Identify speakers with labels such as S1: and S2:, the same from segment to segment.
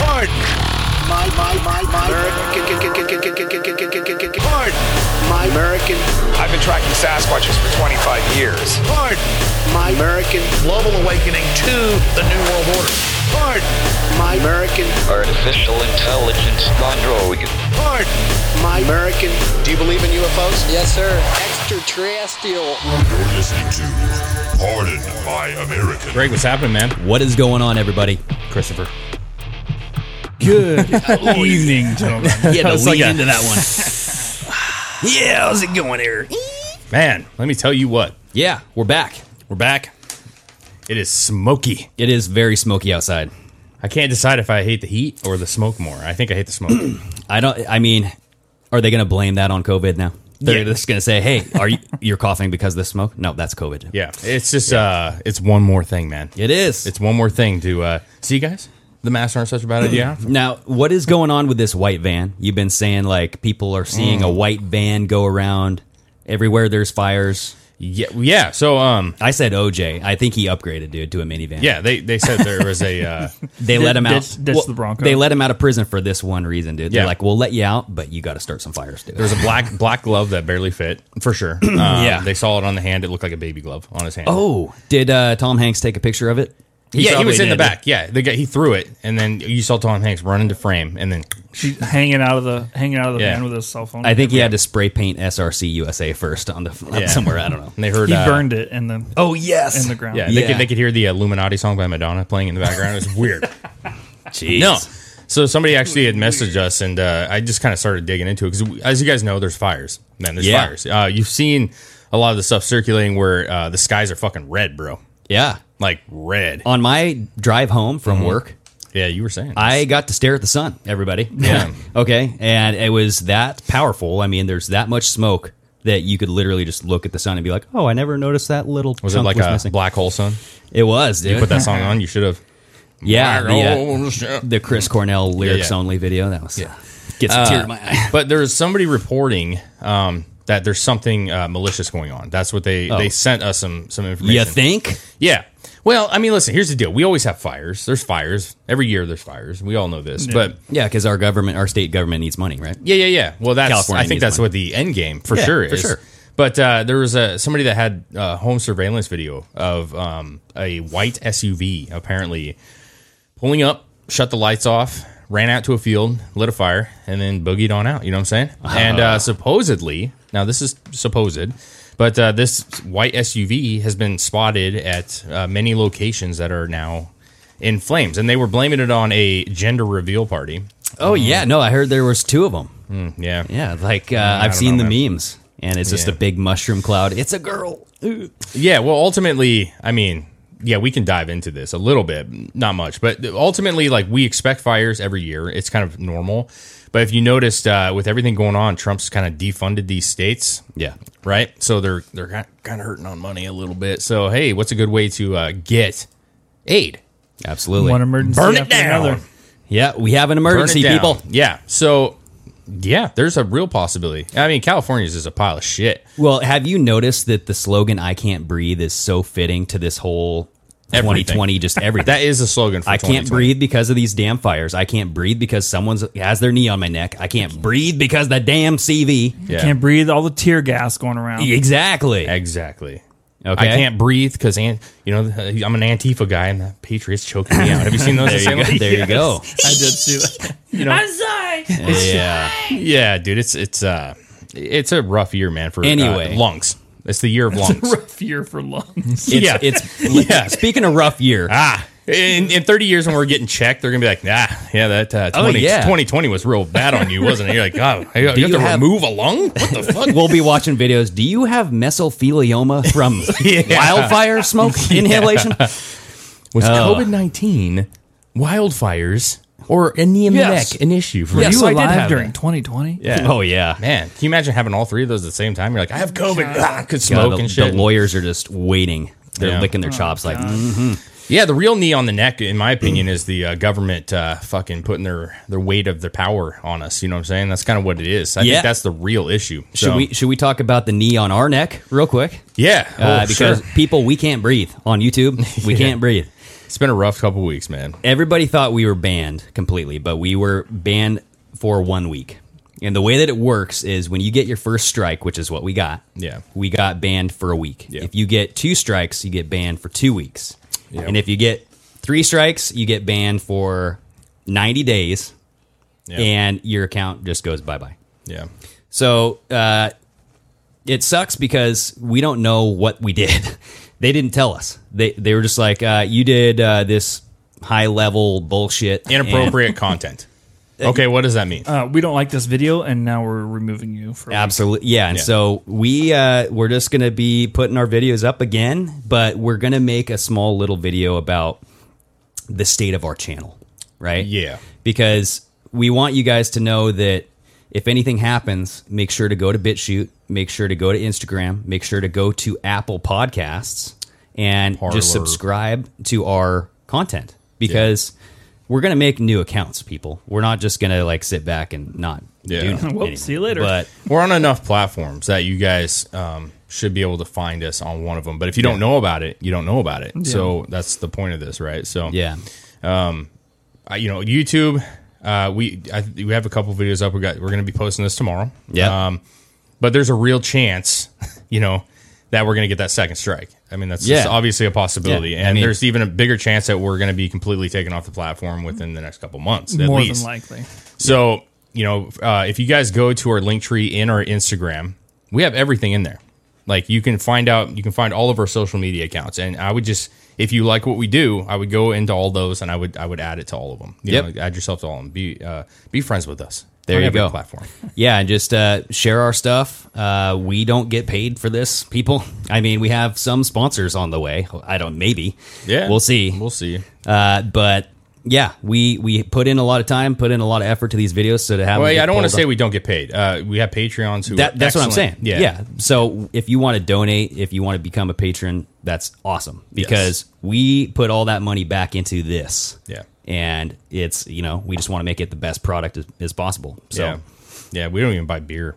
S1: Pardon. My, my, my, my American. Pardon. My American.
S2: I've been tracking Sasquatches for 25 years.
S1: Pardon. My American.
S3: Global awakening to the New World Order.
S1: Pardon. My American.
S4: Artificial intelligence gone rogue.
S1: Pardon. My American.
S3: Do you believe in UFOs?
S5: Yes, sir. Extraterrestrial.
S6: You're listening to Pardon My American.
S7: Greg, what's happening, man?
S8: What is going on, everybody?
S7: Christopher.
S8: Good.
S7: Evening, gentlemen.
S8: yeah,
S7: That
S8: to
S7: was
S8: lead
S7: like a-
S8: into that one.
S7: yeah, how's it going, Eric? Man, let me tell you what.
S8: Yeah, we're back.
S7: We're back. It is smoky.
S8: It is very smoky outside.
S7: I can't decide if I hate the heat or the smoke more. I think I hate the smoke.
S8: I don't. I mean, are they going to blame that on COVID now? They're
S7: Yeah.
S8: just going to say, "Hey, are you you're coughing because of the smoke?" No, that's COVID.
S7: yeah, it's just uh, it's one more thing, man.
S8: It is.
S7: It's one more thing to uh, see, you guys. The masks aren't such a bad idea.
S8: now, what is going on with this white van? You've been saying like people are seeing
S7: Mm.
S8: a white van go around everywhere. There's fires.
S7: yeah, yeah. So, um,
S8: I said OJ. I think he upgraded, dude, to a minivan.
S7: yeah, they they said there was a uh,
S8: They let him out.
S9: ditch- ditch the Bronco.
S8: They let him out of prison for this one reason, dude. They're
S7: Yeah.
S8: like, "We'll let you out, but you got to start some fires, dude."
S7: there was a black black glove that barely fit for sure. Um,
S8: Yeah.
S7: they saw it on the hand. It looked like a baby glove on his hand.
S8: Oh, did uh, Tom Hanks take a picture of it?
S7: yeah, he
S9: probably
S7: was in the
S9: did.
S7: back. Yeah, the guy he threw it, and then you saw Tom Hanks run into frame, and then
S9: She's hanging out of the hanging out of the
S7: Yeah.
S9: van with his cell phone.
S8: I think he had to spray paint SRC USA first on the on
S7: Yeah.
S8: somewhere. I don't know.
S7: and they heard
S9: he
S7: uh,
S9: burned it and then
S8: Oh yes,
S9: in the ground.
S7: Yeah, they,
S8: Yeah.
S7: Could, they could hear the Illuminati song by Madonna playing in the background. It was weird.
S8: Jeez.
S7: no. So somebody actually had messaged us, and uh, I just kind of started digging into it because, as you guys know, there's fires, man. There's
S8: Yeah.
S7: fires. Uh, you've seen a lot of the stuff circulating where uh, the skies are fucking red, bro.
S8: Yeah.
S7: Like red.
S8: On my drive home from
S7: Mm-hmm.
S8: work,
S7: Yeah, you were saying.
S8: I got to stare at the sun. Everybody.
S7: Yeah.
S8: okay, and it was that powerful. I mean, there's that much smoke that you could literally just look at the sun and be like, "Oh, I never noticed that little."
S7: was it
S8: chunk
S7: like
S8: was
S7: a
S8: missing."
S7: black hole sun?
S8: It was. Dude.
S7: You put that song on. You should have.
S8: Yeah.
S7: Black
S8: The, uh,
S7: hole sun.
S8: the Chris Cornell lyrics
S7: yeah.
S8: only video. That was gets a tear in my eye.
S7: but there's somebody reporting um, that there's something uh, malicious going on. That's what they they sent us some some information.
S8: Oh. You think?
S7: Yeah. Well, I mean, listen. Here's the deal. We always have fires. There's fires every year. There's fires. We all know this. But
S8: Yeah, because our government, our state government needs money, right?
S7: yeah, yeah, yeah. Well, that's.
S8: California
S7: I think
S8: needs
S7: that's
S8: money.
S7: what the end game for
S8: Yeah,
S7: sure
S8: for
S7: is.
S8: sure.
S7: But uh, there was a somebody that had a home surveillance video of um, a white SUV apparently pulling up, shut the lights off, ran out to a field, lit a fire, and then boogied on out. You know what I'm saying? And
S8: Ah.
S7: uh, supposedly, now this is supposed, but uh, this white SUV has been spotted at uh, many locations that are now in flames, and they were blaming it on a gender reveal party.
S8: Oh yeah, no, I heard there was two of them.
S7: Yeah,
S8: Yeah, like uh,
S7: I
S8: I've
S7: don't
S8: seen
S7: know,
S8: the
S7: man.
S8: memes, and it's just
S7: Yeah.
S8: a big mushroom cloud. It's a girl. Ooh.
S7: Yeah, well, ultimately, I mean, yeah, we can dive into this a little bit, not much, but ultimately, like we expect fires every year. It's kind of normal. But if you noticed, uh, with everything going on, Trump's kind of defunded these states,
S8: Yeah,
S7: right? So they're they're kind of hurting on money a little bit. So hey, what's a good way to uh, get aid?
S8: absolutely.
S9: One emergency
S7: Burn it
S9: after
S7: down.
S9: another.
S8: yeah, we have an
S7: Burn it
S8: emergency,
S7: down.
S8: people.
S7: Yeah. So yeah, there's a real possibility. I mean, California's is a pile of shit.
S8: Well, have you noticed that the slogan "I can't breathe" is so fitting to this whole
S7: Everything.
S8: 2020? Just everything.
S7: That is a slogan. for
S8: I can't
S7: 2020.
S8: breathe because of these damn fires. I can't breathe because someone's has their knee on my neck. I can't breathe because the damn CV.
S7: Yeah.
S9: Can't breathe. All the tear gas going around.
S8: Exactly.
S7: Exactly.
S8: Okay.
S7: I can't breathe because you know uh, I'm an Antifa guy and the Patriots choking me out. Have you seen those?
S8: There you go. There you go.
S9: I did see that.
S8: Yeah.
S7: Yeah, dude, it's it's uh it's a rough year, man. For uh,
S8: Anyway.
S7: lungs. It's the year of lungs.
S9: Rough year for lungs.
S8: It's,
S7: Yeah.
S8: It's
S7: Yeah.
S8: speaking of rough year.
S7: ah. In, in 30 years when we're getting checked, they're gonna be like, nah, yeah, that uh, 20,
S8: Oh, yeah.
S7: 2020 was real bad on you, wasn't it? You're like, God, you, have
S8: you
S7: to
S8: have-
S7: remove a lung? What the fuck?
S8: we'll be watching videos. Do you have mesothelioma from wildfire smoke inhalation? Oh,
S7: Was
S8: Uh.
S7: COVID nineteen wildfires or in the
S9: Yes.
S7: neck an issue for
S9: Were you
S7: So I did
S9: alive
S7: have that.
S9: during 2020?
S7: Yeah.
S8: Oh yeah.
S7: Man, can you imagine having all three of those at the same time? You're like, I have COVID. Ah, I could
S8: God,
S7: smoke
S8: the,
S7: and shit.
S8: the lawyers are just waiting. They're
S7: Yeah.
S8: licking their chops like mm.
S7: yeah, the real knee on the neck, in my opinion, is the uh, government uh, fucking putting their, their weight of their power on us. You know what I'm saying? That's kind of what it is. I
S8: Yeah.
S7: think that's the real issue.
S8: should
S7: So-
S8: we should we talk about the knee on our neck real quick?
S7: Yeah.
S8: uh,
S7: Oh,
S8: because
S7: sure.
S8: people we can't breathe on YouTube. We can't breathe.
S7: It's been a rough couple weeks, man.
S8: everybody thought we were banned completely, but we were banned for one week. And the way that it works is when you get your first strike, which is what we got.
S7: Yeah.
S8: We got banned for a week.
S7: Yeah.
S8: If you get two strikes, you get banned for two weeks.
S7: Yeah.
S8: And if you get three strikes, you get banned for 90 days
S7: Yeah.
S8: and your account just goes bye bye.
S7: yeah.
S8: So uh, it sucks because we don't know what we did. they didn't tell us. They they were just like, uh, you did uh, this high level bullshit, and-
S7: Inappropriate content. Okay, what does that mean?
S9: Uh, we don't like this video, and now we're removing you. For
S8: Absolutely, yeah. And
S7: Yeah.
S8: so we uh, we're just gonna be putting our videos up again, but we're gonna make a small little video about the state of our channel, right?
S7: Yeah.
S8: because we want you guys to know that if anything happens, make sure to go to BitChute, make sure to go to Instagram, make sure to go to Apple Podcasts, and
S7: Parler.
S8: just subscribe to our content because we're gonna make new accounts, people. We're not just gonna like sit back and not.
S7: Yeah.
S8: do nothing
S9: Whoop,
S8: anymore.
S9: see you later.
S8: But
S7: We're on enough platforms that you guys um, should be able to find us on one of them. But if you don't know about it, you don't know about it. So that's the point of this, right? So
S8: yeah,
S7: I- you know, YouTube. Uh, we I, th- we have a couple videos up. We got we're going to be posting this tomorrow.
S8: Yeah.
S7: Um, but there's a real chance, you know, that we're going to get that second strike. I mean, that's just
S8: Yeah.
S7: obviously a possibility,
S8: Yeah. I
S7: and
S8: mean-
S7: there's even a bigger chance that we're going to be completely taken off the platform within the next couple months, at
S9: more
S7: least.
S9: than likely.
S7: So, you know, uh, if you guys go to our link tree in our Instagram, we have everything in there. Like you can find out, you can find all of our social media accounts. And I would just, if you like what we do, I would go into all those and I would, I would add it to all of them. You
S8: Yep.
S7: know, add yourself to all of them. Be, uh, be friends with us.
S8: There
S7: on
S8: you
S7: every
S8: go.
S7: Platform.
S8: yeah, and just uh, share our stuff. Uh, we don't get paid for this, people. I mean, we have some sponsors on the way. I don't, maybe.
S7: Yeah,
S8: we'll see.
S7: We'll see.
S8: Uh, but yeah, we we put in a lot of time, put in a lot of effort to these videos, so to have.
S7: Well,
S8: them
S7: yeah,
S8: get
S7: I don't want to
S8: pulled
S7: say
S8: up-
S7: we don't get paid. Uh, we have Patreons who
S8: that.
S7: are
S8: That's what I'm saying.
S7: excellent.
S8: Yeah, yeah. So if you want to donate, if you want to become a patron, that's awesome because we put all that money back into this.
S7: Yeah.
S8: and it's you know we just want to make it the best product as, as possible. So.
S7: yeah, yeah. We don't even buy beer.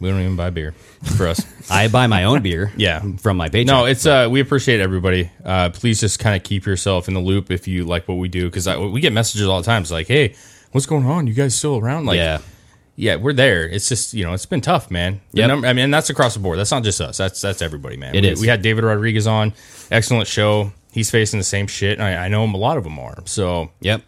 S7: We don't even buy beer for us.
S8: I buy my own beer.
S7: Yeah.
S8: from my Patreon.
S7: No, it's uh, we appreciate everybody. Uh, please just kind of keep yourself in the loop if you like what we do, because we get messages all the time. It's like, hey, what's going on? You guys still around? Like,
S8: yeah,
S7: yeah, we're there. It's just you know, it's been tough, man. The
S8: Yep.
S7: num- I mean, and that's across the board. That's not just us. That's that's everybody, man.
S8: It
S7: we,
S8: is.
S7: we had David Rodriguez on. Excellent show. He's facing the same shit. and I, I know him. A lot of them are. So
S8: yep.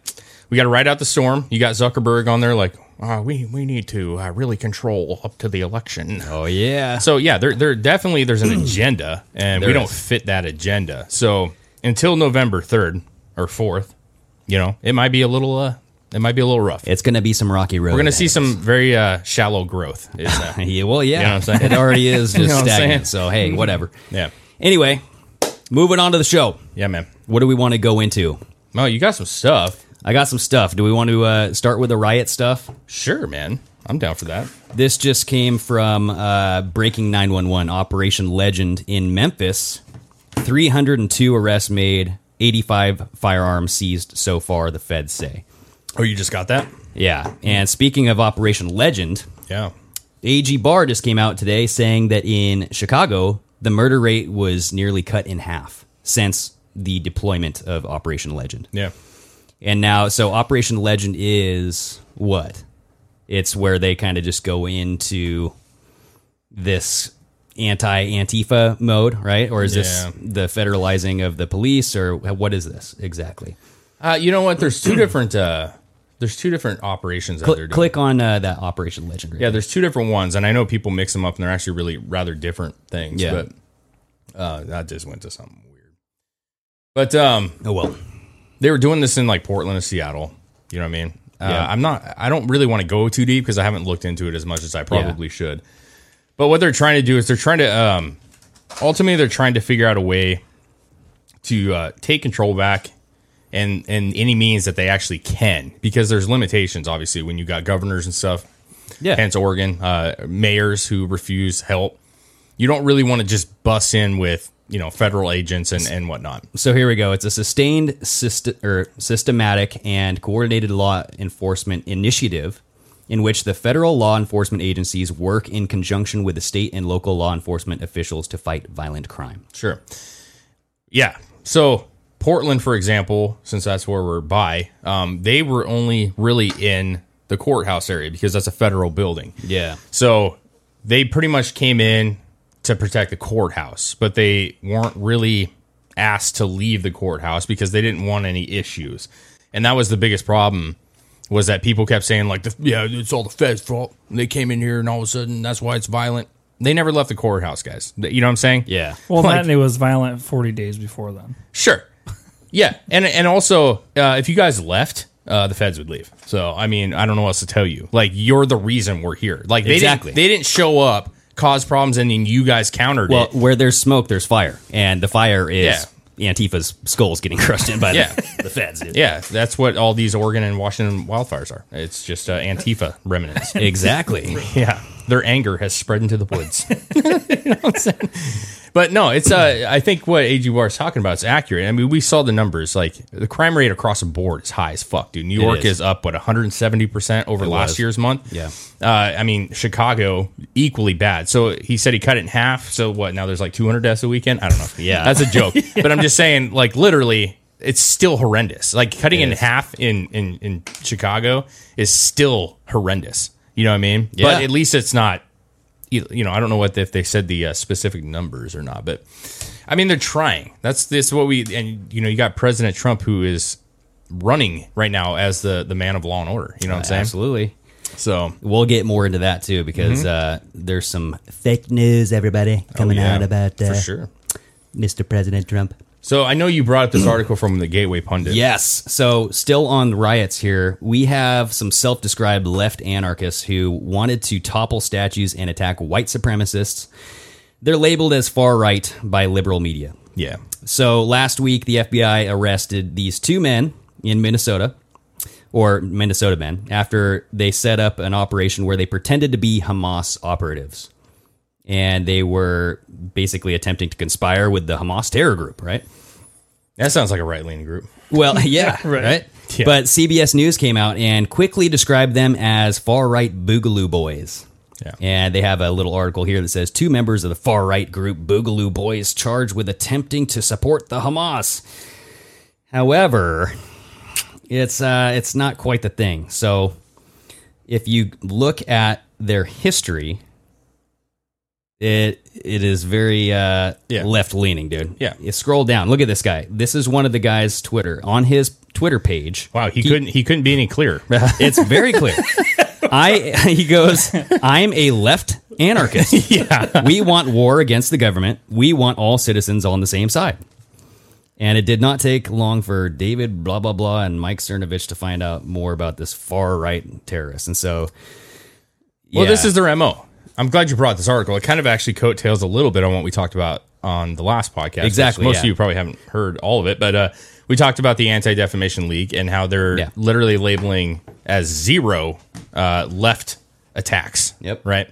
S7: we got to ride out the storm. You got Zuckerberg on there, like, oh, we we need to uh, really control up to the election.
S8: Oh yeah.
S7: So yeah, there there definitely there's an agenda, and we
S8: There
S7: don't
S8: is.
S7: fit that agenda. So until November third or fourth, you know, it might be a little uh, it might be a little rough.
S8: it's gonna be some rocky road.
S7: We're gonna see some very uh, shallow growth. uh, Is that?
S8: Yeah, well, yeah.
S7: You know what I'm saying?
S8: It already is just
S7: know what I'm Mm-hmm.
S8: stagnant. So hey, whatever.
S7: yeah,
S8: Anyway, moving on to the show.
S7: yeah, man.
S8: What do we want to go into?
S7: No, you got some stuff.
S8: I got some stuff. Do we want to uh, start with the riot stuff?
S7: Sure, man. I'm down for that.
S8: This just came from uh, Breaking 911 Operation Legend in Memphis. 302 arrests made, 85 firearms seized so far, the feds say.
S7: Oh, you just got that?
S8: Yeah. And speaking of Operation Legend,
S7: Yeah.
S8: AG Barr just came out today saying that in Chicago, the murder rate was nearly cut in half since the deployment of Operation Legend.
S7: Yeah.
S8: And now, so Operation Legend is what? It's where they kind of just go into this anti Antifa mode, right? Or is this
S7: Yeah.
S8: the federalizing of the police, or what is this exactly?
S7: Uh, you know what? There's two different. Uh, there's two different operations that
S8: Cl-
S7: they're doing.
S8: click on uh, that Operation Legend.
S7: Yeah, there's two different ones, and I know people mix them up, and they're actually really rather different things.
S8: Yeah.
S7: But uh, that just went to something weird. But um,
S8: Oh, well.
S7: they were doing this in like Portland and Seattle. You know what I mean? Uh,
S8: Yeah.
S7: I'm not. I don't really want to go too deep because I haven't looked into it as much as I probably should. But what they're trying to do is they're trying to um, ultimately they're trying to figure out a way to uh, take control back and and any means that they actually can because there's limitations obviously when you got governors and stuff
S8: Yeah.
S7: hence Oregon, uh, mayors who refuse help. You don't really want to just bust in with you know federal agents and, and whatnot.
S8: So here we go. It's a sustained system or systematic and coordinated law enforcement initiative in which the federal law enforcement agencies work in conjunction with the state and local law enforcement officials to fight violent crime.
S7: Sure. Yeah. So Portland, for example, since that's where we're by, um, they were only really in the courthouse area because that's a federal building.
S8: Yeah.
S7: So they pretty much came in to protect the courthouse, but they weren't really asked to leave the courthouse because they didn't want any issues. And that was the biggest problem was that people kept saying like, the, yeah, it's all the feds' fault. They came in here and all of a sudden that's why it's violent. They never left the courthouse, guys. You know what I'm saying?
S8: Yeah.
S9: Well,
S7: Like-
S9: that and it was violent 40 days before then.
S7: Sure. Yeah, and and also uh, if you guys left, uh, the feds would leave. So I mean, I don't know what else to tell you. Like you're the reason we're here. Like they
S8: Exactly.
S7: didn't, they didn't show up, cause problems, and then you guys countered
S8: Well,
S7: it.
S8: where there's smoke, there's fire, and the fire is Antifa's skulls getting crushed in by
S7: Yeah.
S8: the, the feds. Dude.
S7: Yeah, that's what all these Oregon and Washington wildfires are. It's just uh, Antifa remnants.
S8: Exactly.
S7: yeah, their anger has spread into the woods. You know what I'm saying? But no, it's uh, I think what AG Bar is talking about is accurate. I mean, we saw the numbers. Like the crime rate across the board is high as fuck, dude. New York
S8: is.
S7: is. up what 170 percent over last
S8: was.
S7: year's month.
S8: Yeah.
S7: Uh, I mean, Chicago equally bad. So he said he cut it in half. So what? Now there's like 200 deaths a weekend. I don't know.
S8: Yeah.
S7: that's a joke. But I'm just saying, like literally, it's still horrendous. Like cutting in
S8: is.
S7: half in in in Chicago is still horrendous. You know what I mean?
S8: Yeah.
S7: But at least it's not you you know, I don't know what if they said the uh, specific numbers or not, but I mean they're trying. That's this what we and you know you got President Trump who is running right now as the the man of law and order. You know what I'm saying?
S8: Uh, Absolutely.
S7: So
S8: We'll get more into that too because uh, there's some fake news, everybody, coming
S7: yeah,
S8: out about uh,
S7: for sure.
S8: Mr. President Trump.
S7: So I know you brought up this article from the Gateway Pundit.
S8: Yes. So, still on the riots here, we have some self described left anarchists who wanted to topple statues and attack white supremacists. They're labeled as far right by liberal media.
S7: yeah,
S8: So, last week, the FBI arrested these two men in Minnesota, or Minnesota men, after they set up an operation where they pretended to be Hamas operatives. And they were basically attempting to conspire with the Hamas terror group, right?
S7: that sounds like a right leaning group.
S8: Well, yeah, right.
S7: Yeah.
S8: But CBS News came out and quickly described them as far right Boogaloo Boys.
S7: Yeah.
S8: And they have a little article here that says two members of the far right group Boogaloo Boys charged with attempting to support the Hamas. However, it's uh, it's not quite the thing. So if you look at their history, it it is very uh,
S7: Yeah.
S8: left leaning, dude.
S7: Yeah.
S8: You scroll down. Look at this guy. This is one of the guys' Twitter on his Twitter page.
S7: Wow, he, couldn't he couldn't be any clearer.
S8: It's very clear. I he goes, I'm a left anarchist. yeah. We want war against the government. We want all citizens on the same side. And it did not take long for David blah blah blah and Mike Cernovich to find out more about this far right terrorist. And so
S7: Well, this
S8: yeah.
S7: is their MO. I'm glad you brought this article. It kind of actually coattails a little bit on what we talked about on the last podcast. which
S8: Exactly,
S7: Most
S8: yeah.
S7: of you probably haven't heard all of it, but uh, we talked about the Anti Defamation League and how they're
S8: Yeah.
S7: literally labeling as zero uh, left attacks.
S8: Yep.
S7: Right.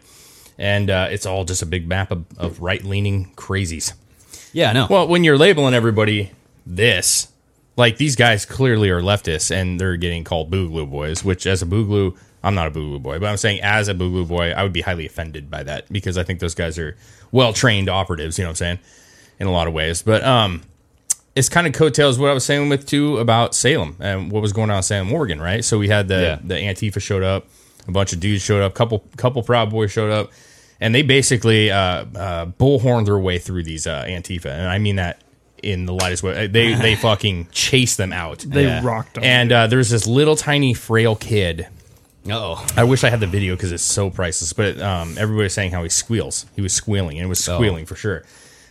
S7: And uh, it's all just a big map of, of right leaning crazies.
S8: yeah, no.
S7: Well, when you're labeling everybody this, like these guys clearly are leftists and they're getting called Boogaloo boys, which as a Boogaloo, I'm not a Boogaloo boy, but I'm saying as a Boogaloo boy, I would be highly offended by that because I think those guys are well trained operatives, you know what I'm saying, in a lot of ways. But um, it's kind of coattails what I was saying with too about Salem and what was going on in Salem, Oregon, right? So we had the
S8: Yeah.
S7: the Antifa showed up, a bunch of dudes showed up, couple couple Proud Boys showed up, and they basically uh, uh, bullhorned their way through these uh, Antifa, and I mean that in the lightest way. They they fucking chased them out.
S9: They rocked them.
S7: And uh, there's this little tiny frail kid.
S8: oh.
S7: I wish I had the video because it's so priceless. But um, everybody was saying how he squeals. He was squealing, and it was squealing for sure.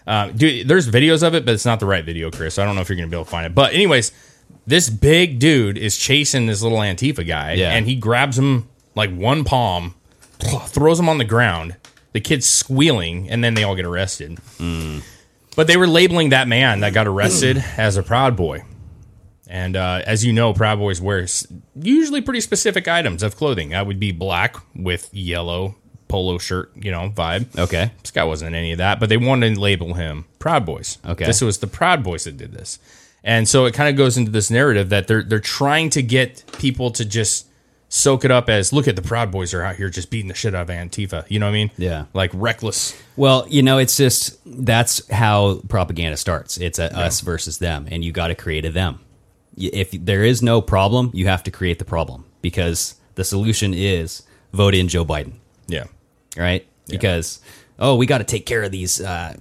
S7: Uh, dude, there's videos of it, but it's not the right video, Chris. So I don't know if you're gonna be able to find it. But anyways, this big dude is chasing this little Antifa guy,
S8: Yeah.
S7: and he grabs him like one palm, throws him on the ground. The kid's squealing, and then they all get arrested. But they were labeling that man that got arrested as a Proud Boy. And uh, as you know, Proud Boys wear s- usually pretty specific items of clothing. That would be black with yellow polo shirt, you know, vibe.
S8: Okay.
S7: This guy wasn't in any of that, but they wanted to label him Proud Boys.
S8: Okay.
S7: This was the Proud Boys that did this. And so it kind of goes into this narrative that they're they're trying to get people to just soak it up as look at the Proud Boys are out here just beating the shit out of Antifa. You know what I mean?
S8: Yeah.
S7: Like reckless.
S8: Well, you know, it's just that's how propaganda starts. It's a us versus them, and you got to create a them. Y- If there is no problem, you have to create the problem because the solution is vote in Joe Biden,
S7: Yeah.
S8: right? Because oh, we got to take care of these uh,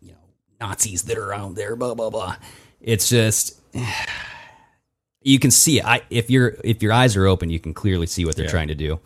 S8: you know Nazis that are out there, blah blah blah. It's just you can see it. I, if your if your eyes are open, you can clearly see what they're
S7: Yeah.
S8: trying to do.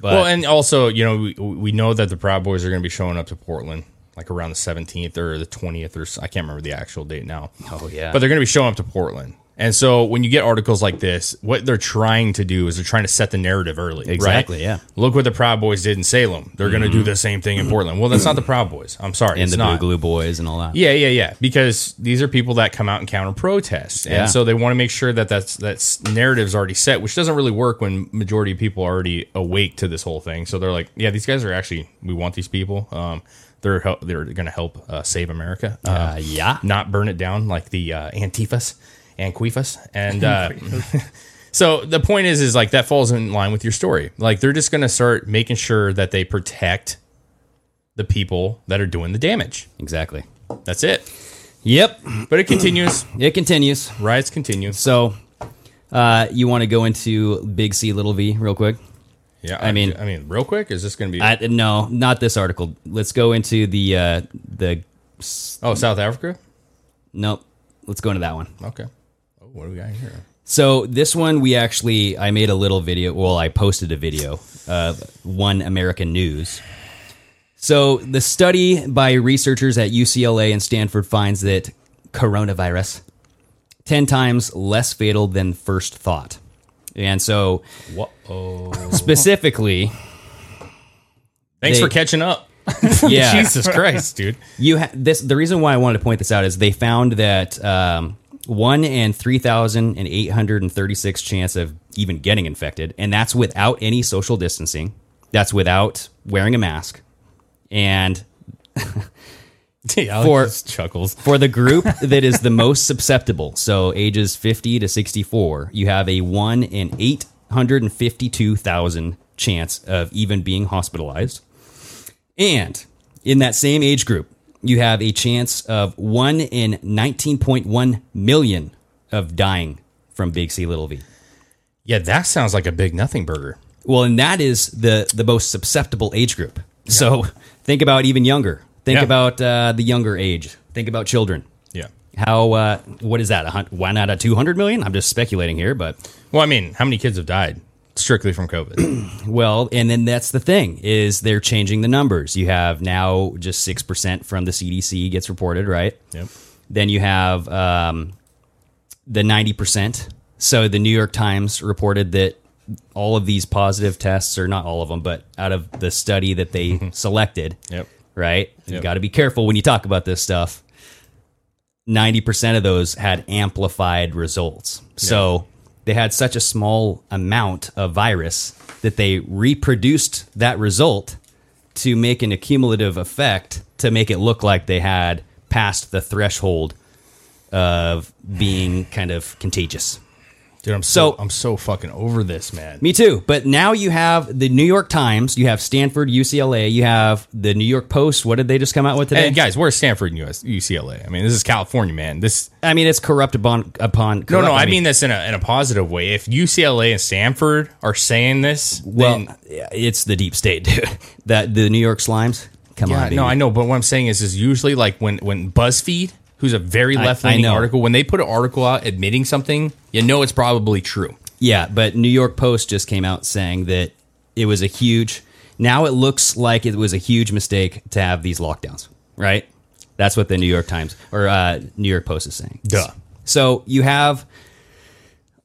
S8: But
S7: Well, and also, you know, we, we know that the Proud Boys are going to be showing up to Portland like around the 17th or the 20th or so, I can't remember the actual date now.
S8: oh yeah,
S7: but they're going to be showing up to Portland. And so when you get articles like this, what they're trying to do is they're trying to set the narrative early. right?
S8: Exactly, yeah. Mm-hmm.
S7: Look what the Proud Boys did in Salem. They're going to do the same thing in Portland. Well, that's not the Proud Boys. I'm sorry.
S8: and
S7: it's
S8: the
S7: not.
S8: Boogaloo Boys and all that.
S7: Yeah, yeah, yeah. Because these are people that come out and counter protest, and
S8: Yeah.
S7: so they want to make sure that that's that's narrative's already set, which doesn't really work when majority of people are already awake to this whole thing. So they're like, yeah, these guys are actually we want these people. Um, they're help, they're going to help uh, save America. Uh,
S8: Uh, yeah.
S7: not burn it down like the uh, Antifas and Queefas. And uh, so the point is, is like that falls in line with your story. Like they're just going to start making sure that they protect the people that are doing the damage.
S8: Exactly.
S7: That's it.
S8: Yep.
S7: But it continues.
S8: It continues.
S7: Riots continue.
S8: So, uh, you want to go into Big C, Little V real quick?
S7: Yeah,
S8: I mean-
S7: I mean, real quick, is this going to be?
S8: I, no, not this article. Let's go into the uh, the s-
S7: oh, South Africa.
S8: nope. Let's go into that one.
S7: Okay. Oh, what do we got here?
S8: So this one we actually I made a little video. Well, I posted a video of One American News. So the study by researchers at UCLA and Stanford finds that coronavirus ten times less fatal than first thought. And so
S7: What? Oh,
S8: specifically,
S7: thanks
S8: They-
S7: for catching up.
S8: yeah,
S7: Jesus Christ, dude.
S8: you ha- this the reason why I wanted to point this out is they found that um, one in three thousand and eight hundred and thirty six chance of even getting infected, and that's without any social distancing. That's without wearing a mask, and
S7: Yeah,
S8: For-
S7: chuckles.
S8: for the group that is the most susceptible, so ages fifty to sixty four, you have a one in eight hundred and fifty two thousand chance of even being hospitalized. And in that same age group, you have a chance of 1 in 19.1 million of dying from Big C Little V.
S7: Yeah, that sounds like a big nothing burger.
S8: Well, and that is the, the most susceptible age group. So think about even younger. Think
S7: Yeah.
S8: about uh, the younger age. Think about children.
S7: Yeah.
S8: How, uh, what is that? A hun- one out of 200 million? I'm just speculating here, but
S7: Well, I mean, how many kids have died strictly from COVID?
S8: Well, and then that's the thing is they're changing the numbers. You have now just six percent from the CDC gets reported, right?
S7: Yep.
S8: Then you have um, the ninety percent. So the New York Times reported that all of these positive tests, or not all of them, but out of the study that they selected,
S7: Yep.
S8: right? You
S7: Yep.
S8: got to be careful when you talk about this stuff. Ninety percent of those had amplified results, so they had such a small amount of virus that they reproduced that result to make an accumulative effect to make it look like they had passed the threshold of being kind of contagious.
S7: Dude, I'm so,
S8: So-
S7: I'm so fucking over this, man.
S8: Me too. But now you have the New York Times, you have Stanford, UCLA, you have the New York Post. What did they just come out with today?
S7: Hey guys, where's Stanford and US, UCLA? I mean, this is California, man. This
S8: I mean, it's corrupt upon upon. Corrupt.
S7: no, no. I mean this in a in a positive way. If UCLA and Stanford are saying this,
S8: well,
S7: then,
S8: it's the deep state, dude. That the New York slimes. Come on,
S7: yeah,
S8: baby.
S7: no, I know. But what I'm saying is, is usually like when when BuzzFeed, who's a very
S8: I
S7: left leaning
S8: know.
S7: article, when they put an article out admitting something, you know it's probably true.
S8: yeah. But New York Post just came out saying that it was a huge. Now it looks like it was a huge mistake to have these lockdowns, right? That's what the New York Times or uh, New York Post is saying.
S7: Duh.
S8: So you have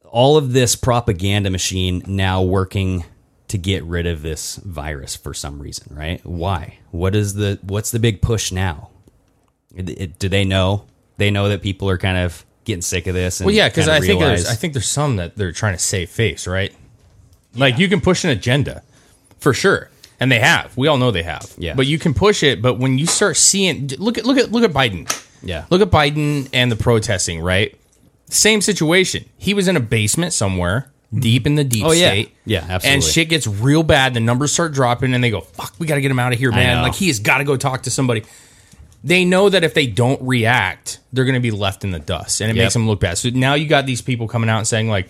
S8: all of this propaganda machine now working to get rid of this virus for some reason, right? Why? What is the what's the big push now? It- it- do they know? They know that people are kind of getting sick of this. And
S7: Well, yeah, because
S8: kinda
S7: I think there's
S8: realize-
S7: I think there's some that they're trying to save face, right? Like you can push an agenda for sure, and they have. We all know they have.
S8: Yeah.
S7: But you can push it, but when you start seeing, d- look at look at look at Biden.
S8: yeah,
S7: Look at Biden and the protesting, right? Same situation. He was in a basement somewhere deep in the deep
S8: Oh, yeah.
S7: state.
S8: Yeah,
S7: And
S8: absolutely.
S7: shit gets real bad. The numbers start dropping, and they go, "Fuck, we got to get him out of here, man!"
S8: know.
S7: Like he has got to go talk to somebody. They know that if they don't react, they're going to be left in the dust, and it
S8: Yep.
S7: makes them look bad. So now you got these people coming out and saying like.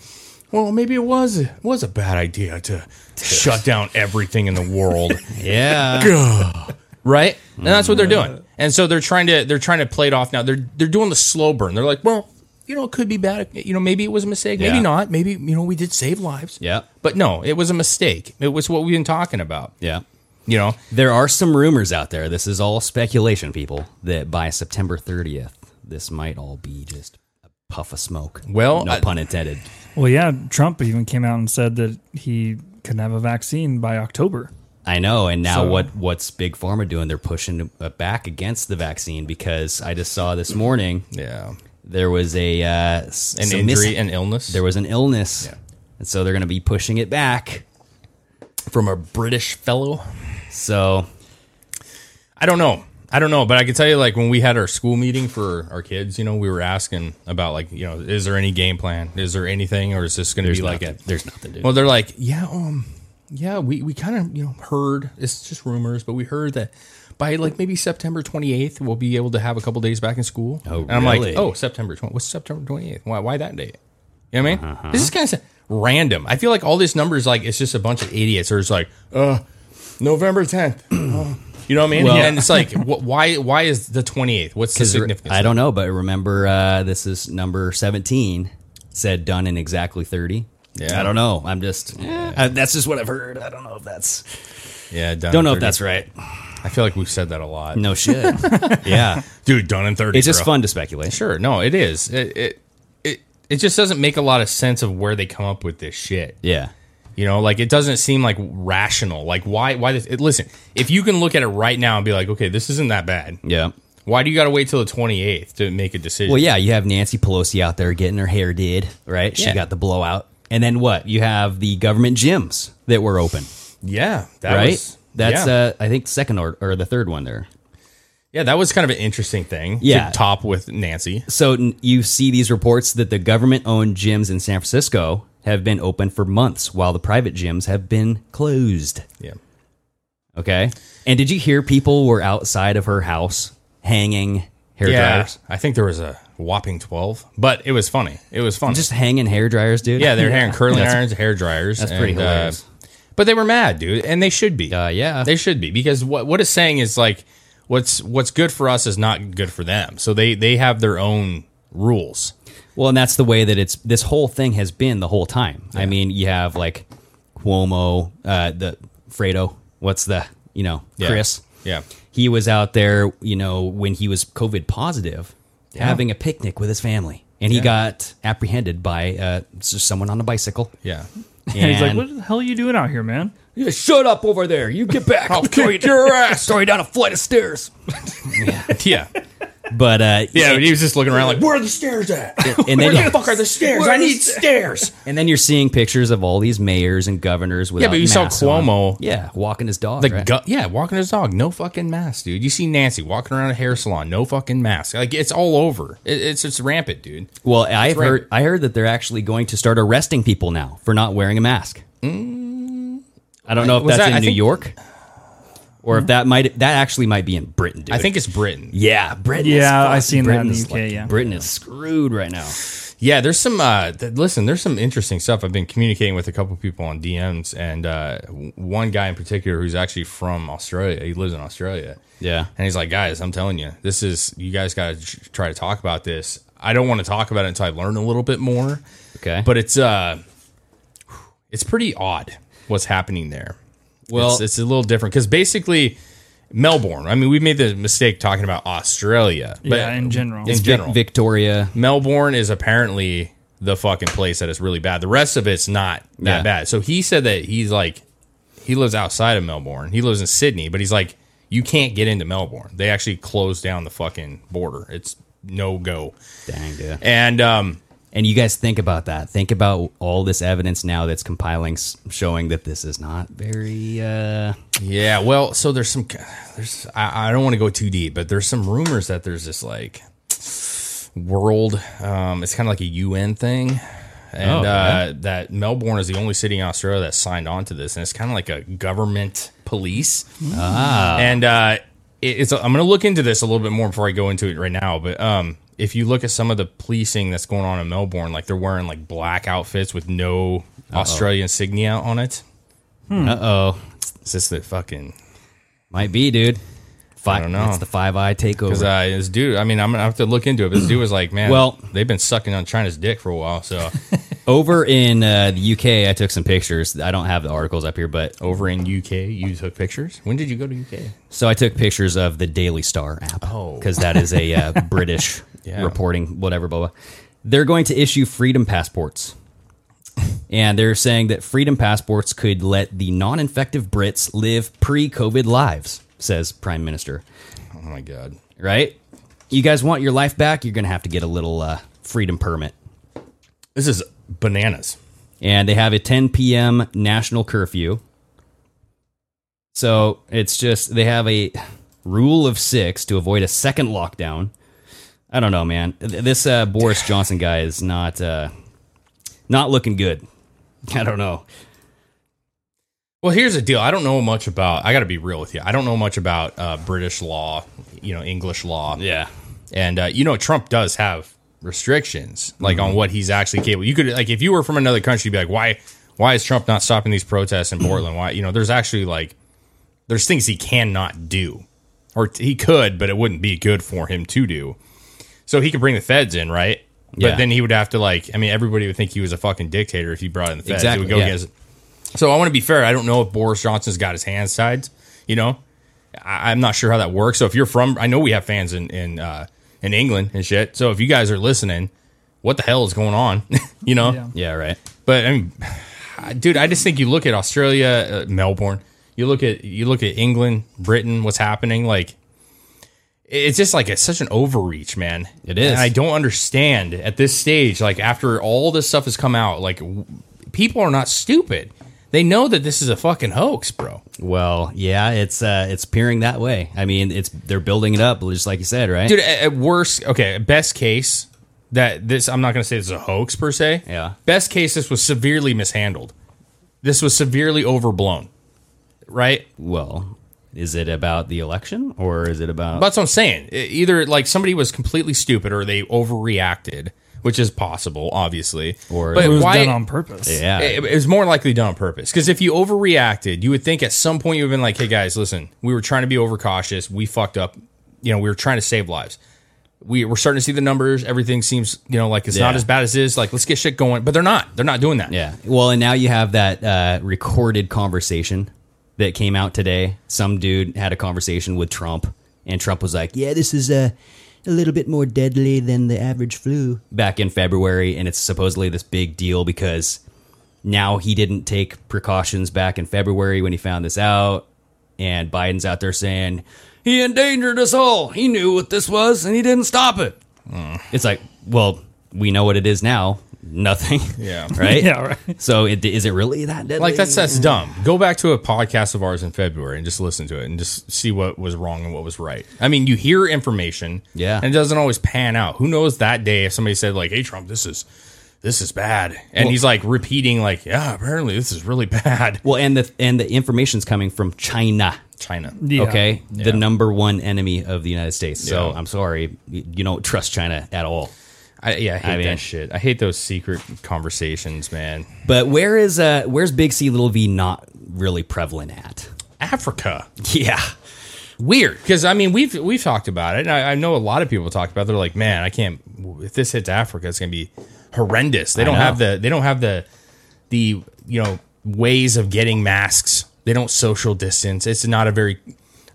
S7: Well, maybe it was it was a bad idea to shut down everything in the world
S8: Yeah.
S7: right? And that's what they're doing. And so they're trying to they're trying to play it off now. They're they're doing the slow burn. They're like, well, you know, it could be bad. You know, maybe it was a mistake. Maybe
S8: Yeah.
S7: not. Maybe you know, we did save lives.
S8: Yeah.
S7: But no, it was a mistake. It was what we've been talking about.
S8: Yeah.
S7: You know,
S8: There are some rumors out there. This is all speculation, people, that by September 30th, this might all be just a puff of smoke.
S7: Well,
S8: no
S7: I-
S8: pun intended.
S9: Well, yeah, Trump even came out and said that he couldn't have a vaccine by October.
S8: I know. And now
S9: So-
S8: what? What's big pharma doing? They're pushing uh, back against the vaccine because I just saw this morning
S7: yeah,
S8: there was a uh, an
S7: an injury and illness.
S8: there was an illness, and so they're going to be pushing it back.
S7: from a British fellow.
S8: So
S7: I don't know. I don't know, but I can tell you, like when we had our school meeting for our kids, you know, we were asking about like, you know, is there any game plan? Is there anything, or is this going to
S8: there's
S7: be like
S8: nothing,
S7: a
S8: there's nothing. Dude.
S7: Well, they're like, yeah, um, yeah, we, we kind of you know heard it's just rumors, but we heard that by like maybe September 28th we'll be able to have a couple days back in school.
S8: Oh,
S7: and I'm
S8: really?
S7: like, oh, September 20, what's September 28th? Why why that date? You know what I mean?
S8: Uh-huh.
S7: This is kind of random. I feel like all these numbers like it's just a bunch of idiots or it's like, uh, November 10th. uh, you know what I mean?
S8: Well-
S7: and it's like, wh- why why is the 28th? What's the
S8: 'Cause re-
S7: significance?
S8: I don't know, but remember uh, this is number seventeen. Said done in exactly thirty.
S7: Yeah.
S8: I don't know. I'm just uh, that's just what I've heard. I don't know if that's
S7: yeah, done
S8: don't
S7: in
S8: know if
S7: 30.
S8: that's right.
S7: I feel like we've said that a lot.
S8: No shit. yeah,
S7: Dude, done in 30.
S8: it's just
S7: bro.
S8: fun to speculate.
S7: Sure, no, it is. It, it it it just doesn't make a lot of sense of where they come up with this shit.
S8: Yeah,
S7: You know, like it doesn't seem like rational. Like why why this? It, listen, if you can look at it right now and be like, okay, this isn't that bad.
S8: yeah.
S7: Why do you got to wait till the twenty eighth to make a decision?
S8: Well, yeah, you have Nancy Pelosi out there getting her hair did, right? She
S7: Yeah.
S8: got the blowout. And then what? You have the government gyms that were open,
S7: yeah, that
S8: right?
S7: was-
S8: That's
S7: yeah.
S8: uh I think second or, or the third one there.
S7: yeah, that was kind of an interesting thing.
S8: Yeah.
S7: to top with Nancy.
S8: So n- you see these reports that the government-owned gyms in San Francisco have been open for months while the private gyms have been closed,
S7: Yeah,
S8: okay? And did you hear people were outside of her house hanging hair
S7: yeah.
S8: dryers?
S7: I think there was a whopping twelve, but it was funny. It was funny.
S8: Just hanging hair dryers, dude.
S7: yeah, they were wearing curling
S8: That's-
S7: irons, hair dryers.
S8: That's pretty
S7: and, uh,
S8: hilarious.
S7: But they were mad, dude, and they should be.
S8: Uh, yeah.
S7: they should be because what what it's saying is like what's what's good for us is not good for them. So they they have their own rules.
S8: Well, and that's the way that it's this whole thing has been the whole time. I mean, you have like Cuomo, uh, the Fredo. What's the you know
S7: Yeah.
S8: Chris?
S7: Yeah.
S8: He was out there, you know, when he was COVID positive, having a picnic with his family, and he got apprehended by uh, s- someone on a bicycle.
S7: Yeah.
S9: And he's like,
S8: And-
S9: "What the hell are you doing out here, man?"
S8: Yeah, shut up over there! You get back! I'll
S7: kick your ass.
S8: Throw you down a flight of stairs.
S7: Yeah.
S8: But uh,
S7: Yeah. He was just looking around like where the
S8: and then
S7: fuck are the stairs? I need stairs.
S8: and then you're seeing pictures of all these mayors and governors with
S7: Yeah, but you saw Cuomo-
S8: yeah, walking his dog.
S7: The
S8: right?
S7: gu- yeah, walking his dog, no fucking mask, dude. You see Nancy walking around a hair salon, no fucking mask. Like it's all over. It, it's it's rampant, dude.
S8: Well, I've
S7: right.
S8: heard I heard that they're actually going to start arresting people now for not wearing a mask. I don't know if
S7: Mm. Was
S8: that's
S7: that-
S8: in
S7: I
S8: New
S7: think- Hmm.
S8: York or if that might that actually might be in Britain. Dude.
S7: I think it's Britain.
S8: yeah, Britain. is
S9: Yeah,
S8: fucked.
S9: I seen that in
S8: Britain's
S9: the UK, yeah.
S8: Britain is screwed right now.
S7: Yeah, there's some. Uh, th- listen, there's some interesting stuff. I've been communicating with a couple people on DMs, and uh, w- one guy in particular who's actually from Australia. He lives in Australia,
S8: Yeah,
S7: and he's like, "Guys, I'm telling you, this is. You guys got to try to talk about this. I don't want to talk about it until I learn a little bit more,
S8: okay,
S7: but it's uh, it's pretty odd what's happening there.
S8: Well-
S7: it's, it's a little different because basically." Melbourne. I mean, we made the mistake talking about Australia, but
S9: yeah, in general.
S7: in
S8: Vic-
S7: general,
S8: Victoria.
S7: Melbourne is apparently the fucking place that is really bad. The rest of it's not that
S8: Yeah.
S7: bad. So he said that he's like, he lives outside of Melbourne. He lives in Sydney, but he's like, you can't get into Melbourne. They actually closed down the fucking border. It's no go.
S8: Dang, dude.
S7: And um,
S8: And you guys think about that. Think about all this evidence now that's compiling, s- showing that this is not very. Uh,
S7: yeah, well, so there's some, there's, I, I don't want to go too deep, but there's some rumors that there's this like world, um, it's kind of like a UN thing. and
S8: okay.
S7: uh, that Melbourne is the only city in Australia that signed on to this, and it's kind of like a government police. Ah. And uh, it, it's I'm going to look into this a little bit more before I go into it right now, but um, if you look at some of the policing that's going on in Melbourne, like they're wearing like black outfits with no Australia insignia on it.
S8: Uh oh,
S7: It's just the fucking
S8: might be, dude. Five,
S7: don't know.
S8: It's the Five Eye takeover.
S7: Because uh, this dude, I mean, I'm gonna have to look into it. But this dude was like, man,
S8: Well-
S7: they've been sucking on China's dick for a while. So
S8: Over in uh, the UK, I took some pictures. I don't have the articles up here, but
S7: over in UK, you took pictures. When did you go to UK?
S8: so I took pictures of the Daily Star app.
S7: Oh.
S8: because that is a uh, British
S7: Yeah.
S8: reporting, whatever, blah blah. They're going to issue freedom passports, and they're saying that freedom passports could let the non-infective Brits live pre-COVID lives, says Prime Minister.
S7: Oh my god,
S8: Right? You guys want your life back? You're going to have to get a little uh, freedom permit.
S7: this is bananas.
S8: and they have a 10 p.m. national curfew. So it's just they have a rule of six to avoid a second lockdown. I don't know, man. Th- This uh, Boris Johnson guy is not uh, not looking good. I don't know.
S7: Well, here's the deal. I don't know much about. I got to be real with you. I don't know much about uh, British law, you know, English law.
S8: Yeah,
S7: And uh, you know, Trump does have restrictions, like
S8: Mm-hmm.
S7: on what he's actually capable. You could, like, if you were from another country, you'd be like, why, why is Trump not stopping these protests in Portland? Why, you know, there's actually like, there's things he cannot do, or t- he could, but it wouldn't be good for him to do. So he could bring the feds in, right?
S8: Yeah.
S7: But then he would have to like, I mean, everybody would think he was a fucking dictator if he brought in the feds. It
S8: Exactly,
S7: would go
S8: yeah.
S7: against. So I want to be fair. I don't know if Boris Johnson's got his hands tied. You know, I, I'm not sure how that works. So if you're from, I know we have fans in in uh, in England and shit. So if you guys are listening, what the hell is going on? you know,
S9: Yeah.
S8: yeah, right.
S7: but I mean, I- dude, I just think you look at Australia, uh, Melbourne. You look at you look at England, Britain. What's happening? Like, it's just like it's such an overreach, man.
S8: It is.
S7: And I don't understand at this stage. Like after all this stuff has come out, like w- people are not stupid. They know that this is a fucking hoax, bro.
S8: Well, yeah, it's uh, it's peering that way. I mean, it's they're building it up, just like you said, right?
S7: dude. At, at worst, okay, at best case that this I'm not gonna say this is a hoax per se.
S8: Yeah.
S7: Best case, this was severely mishandled. This was severely overblown, right?
S8: Well, is it about the election or is it about?
S7: That's what I'm saying. E- Either like somebody was completely stupid or they overreacted, which is possible, obviously.
S8: Or-
S7: but
S9: It was
S7: why?
S9: done on purpose.
S8: yeah,
S7: it, it was more likely done on purpose because if you overreacted, you would think at some point you would have been like, "Hey guys, listen, we were trying to be overcautious. We fucked up. You know, we were trying to save lives. We, we're starting to see the numbers. Everything seems, you know, like it's not
S8: Yeah.
S7: as bad as this. Like, let's get shit going. But they're not. They're not doing that.
S8: Yeah. Well, and now you have that uh, recorded conversation that came out today. Some dude had a conversation with Trump, and Trump was like, "Yeah, this is a a little bit more deadly than the average flu." Back in February, and it's supposedly this big deal because now he didn't take precautions back in February when he found this out, and Biden's out there saying he endangered us all. He knew what this was, and he didn't stop it. It's like, well, we know what it is now. Nothing.
S7: Yeah.
S8: Right.
S9: Yeah, right.
S8: So it, is it really that deadly?
S7: Like that's that's dumb. Go back to a podcast of ours in February and just listen to it and just see what was wrong and what was right. I mean, you hear information,
S8: Yeah.
S7: and it doesn't always pan out. Who knows that day if somebody said like, "Hey Trump, this is this is bad," and he's like repeating like, "Yeah, apparently this is really bad."
S8: well, and the and the information's coming from China.
S7: China,
S9: Yeah.
S8: Okay, the number one enemy of the United States. So
S7: Yeah.
S8: I'm sorry, you, you don't trust China at all.
S7: I, yeah, I hate
S8: I mean-
S7: that shit. I hate those secret conversations, man.
S8: But where is uh where's Big C Little V not really prevalent at?
S7: Africa,
S8: Yeah,
S7: weird because I mean we've we've talked about it, and I, I know a lot of people talk about. It. They're like, man, I can't. If this hits Africa, it's gonna be horrendous. They don't
S8: know.
S7: have the they don't have the the you know ways of getting masks. They don't social distance. It's not a very.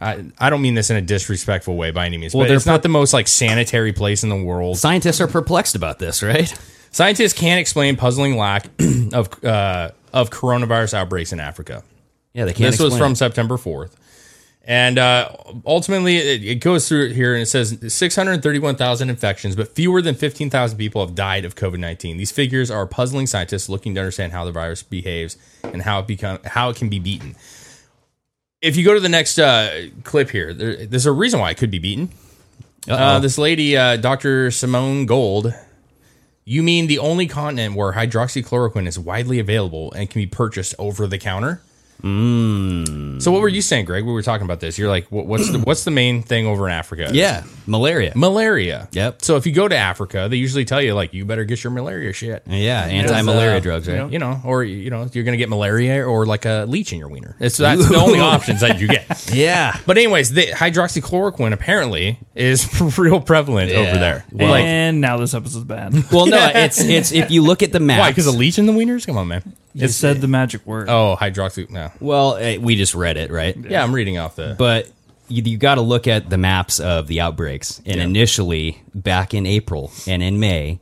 S7: I, I don't mean this in a disrespectful way by any means.
S8: Well,
S7: but
S8: they're
S7: it's not the most like sanitary place in the world.
S8: scientists are perplexed about this, right?
S7: Scientists can't explain puzzling lack of uh, of coronavirus outbreaks in Africa
S8: Yeah, they can't.
S7: this was
S8: explain
S7: from
S8: it.
S7: September 4th. And uh, ultimately, it, it goes through it here and it says 631,000 infections, but fewer than 15,000 people have died of COVID 19. These figures are puzzling scientists looking to understand how the virus behaves and how it, become, how it can be beaten. If you go to the next uh, clip here, there, there's a reason why it could be beaten. Uh, this lady, uh, Dr. Simone Gold, You mean the only continent where hydroxychloroquine is widely available and can be purchased over the counter? So what were you saying, Greg? We were talking about this. You're like, what- what's the what's the main thing over in Africa?
S8: Yeah, malaria.
S7: malaria.
S8: Yep.
S7: So if you go to Africa, they usually tell you like you better get your malaria shit.
S8: yeah, anti-malaria
S7: uh,
S8: drugs, right?
S7: You know, you know, or you know, you're gonna get malaria or like a leech in your wiener. It's that's the only options that you get.
S8: Yeah.
S7: But anyways, the hydroxychloroquine apparently is real prevalent over there. Like,
S9: and now this episode's bad.
S8: Well, no, it's it's if you look at the map.
S7: why? Because a leech in the wieners? Come on, man.
S9: you said the magic word.
S7: Oh, hydroxy. No.
S8: well, eh, we just read it, right?
S7: Yeah, I'm reading off the.
S8: But you, you got to look at the maps of the outbreaks. And initially, back in April and in May,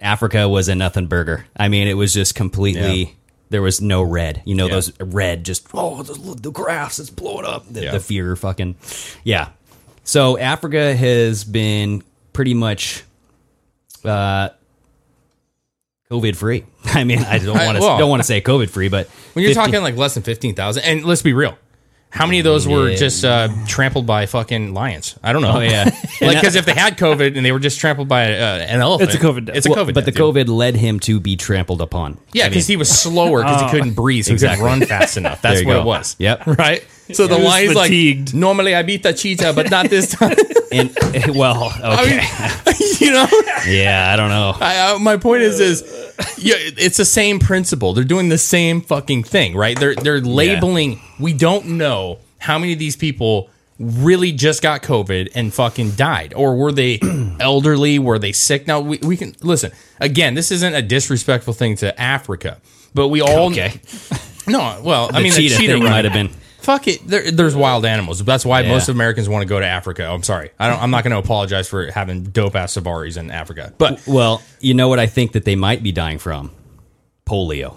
S8: Africa was a nothing burger. I mean, it was just completely.
S7: Yeah.
S8: There was no red. You know,
S7: Yeah.
S8: those red just oh the, the grass is blowing up. The,
S7: Yeah.
S8: the fear, fucking, yeah. So Africa has been pretty much. Uh, COVID free. I mean, I don't
S7: I-
S8: want to
S7: well-
S8: don't want to say COVID free, but
S7: when you're
S8: 50
S7: talking like less than 15,000, and let's be real. How many of those were
S8: Yeah.
S7: just uh, trampled by fucking lions? I don't know.
S8: Oh, yeah.
S7: like, because if they had COVID and they were just trampled by uh, an elephant,
S9: It's a COVID death.
S7: It's a
S8: Well,
S7: COVID
S8: but the
S7: death, dude.
S8: COVID led him to be trampled upon.
S7: Yeah, because he was slower because he couldn't breathe, so
S8: Ah. Exactly.
S7: he couldn't run fast enough.
S8: There
S7: That's
S8: you
S7: what
S8: go.
S7: it was.
S8: Yep.
S7: Right. So the
S9: He was
S7: lion's
S9: fatigued.
S7: like, normally I beat the cheetah, but not this time.
S8: And eh, well, okay,
S7: you know.
S8: yeah, I don't know.
S7: I, I, my point is, is yeah, it's the same principle. They're doing the same fucking thing, right? They're they're labeling. We don't know how many of these people really just got COVID and fucking died, or were they elderly? Were they sick? Now we, we can listen again. This isn't a disrespectful thing to Africa, but we all
S8: Okay.
S7: No, well, I
S8: The
S7: mean,
S8: cheetah
S7: the cheetah
S8: thing
S7: run-
S8: might have been-
S7: Fuck it. There, there's wild animals. That's why
S8: Yeah.
S7: most Americans want to go to Africa. I'm sorry. I don't. I'm not going to apologize for having dope ass safaris in Africa, but
S8: Well, you know what I think that they might be dying from polio,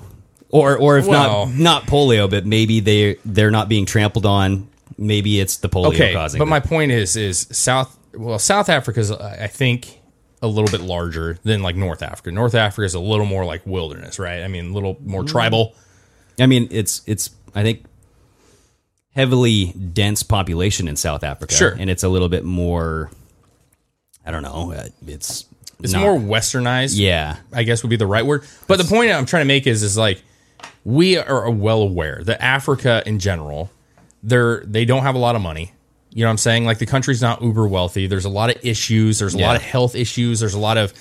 S8: or or if
S7: Well-
S8: not not polio, but maybe they they're not being trampled on. Maybe it's the polio
S7: okay,
S8: causing.
S7: But my
S8: it.
S7: point is, is South well, South Africa's I I think a little bit larger than like North Africa. North Africa is a little more like wilderness, right? I mean, a little more tribal.
S8: I mean, it's it's I think heavily dense population in South Africa,
S7: Sure.
S8: and it's a little bit more. I don't know. uh, It's
S7: It's
S8: not-
S7: more westernized.
S8: yeah.
S7: I guess would be the right word. But the point I'm trying to make is, is like we are well aware that Africa in general, they're they don't have a lot of money. You know what I'm saying? Like the country's not uber wealthy. There's a lot of issues. There's a lot of health issues. There's a lot of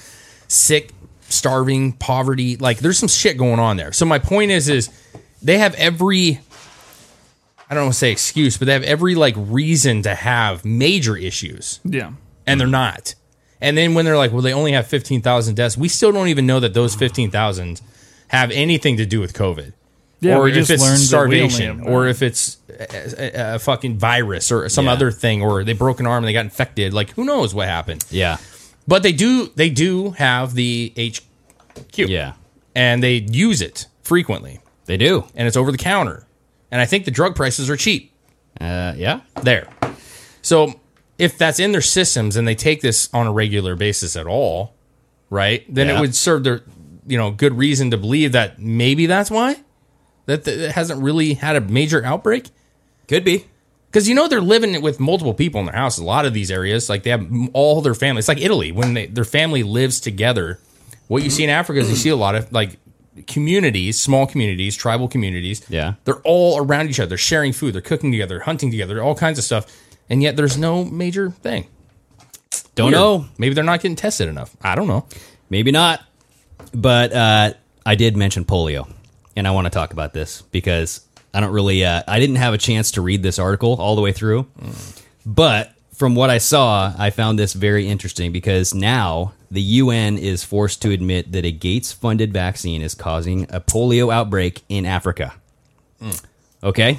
S7: sick, starving, poverty. Like there's some shit going on there. So my point is, is they have every I don't want to say excuse, but they have every like reason to have major issues
S9: yeah.
S7: and they're not. And then when they're like, well, they only have 15,000 deaths, we still don't even know that those 15,000 have anything to do with COVID.
S9: Yeah,
S7: or
S9: we
S7: if
S9: just
S7: it's
S9: learned that we
S7: starvation,
S9: only have-
S7: or if it's a, a- a fucking virus or some
S8: Yeah.
S7: other thing, or they broke an arm and they got infected. Like, who knows what happened?
S8: Yeah.
S7: But they do, they do have the HQ.
S8: Yeah.
S7: And they use it frequently,
S8: They do.
S7: and it's over the counter. And I think the drug prices are cheap
S8: Uh, yeah.
S7: there. So if that's in their systems and they take this on a regular basis at all, right? Then
S8: Yeah.
S7: it would serve their you know good reason to believe that maybe that's why that th- it hasn't really had a major outbreak
S8: Could be.
S7: because you know they're living with multiple people in their house. A lot of these areas, like they have m- all their family. It's like Italy when they, their family lives together. What you see in Africa is you see a lot of like communities, small communities, tribal communities.
S8: Yeah.
S7: they're all around each other, they're sharing food, they're cooking together, hunting together, all kinds of stuff, and yet there's no major thing.
S8: Don't know.
S7: Maybe they're not getting tested enough. I don't know.
S8: Maybe not. But uh, I did mention polio, and I want to talk about this because I don't really. Uh, I didn't have a chance to read this article all the way through, but from what I saw, I found this very interesting because now the UN is forced to admit that a Gates-funded vaccine is causing a polio outbreak in Africa. Okay.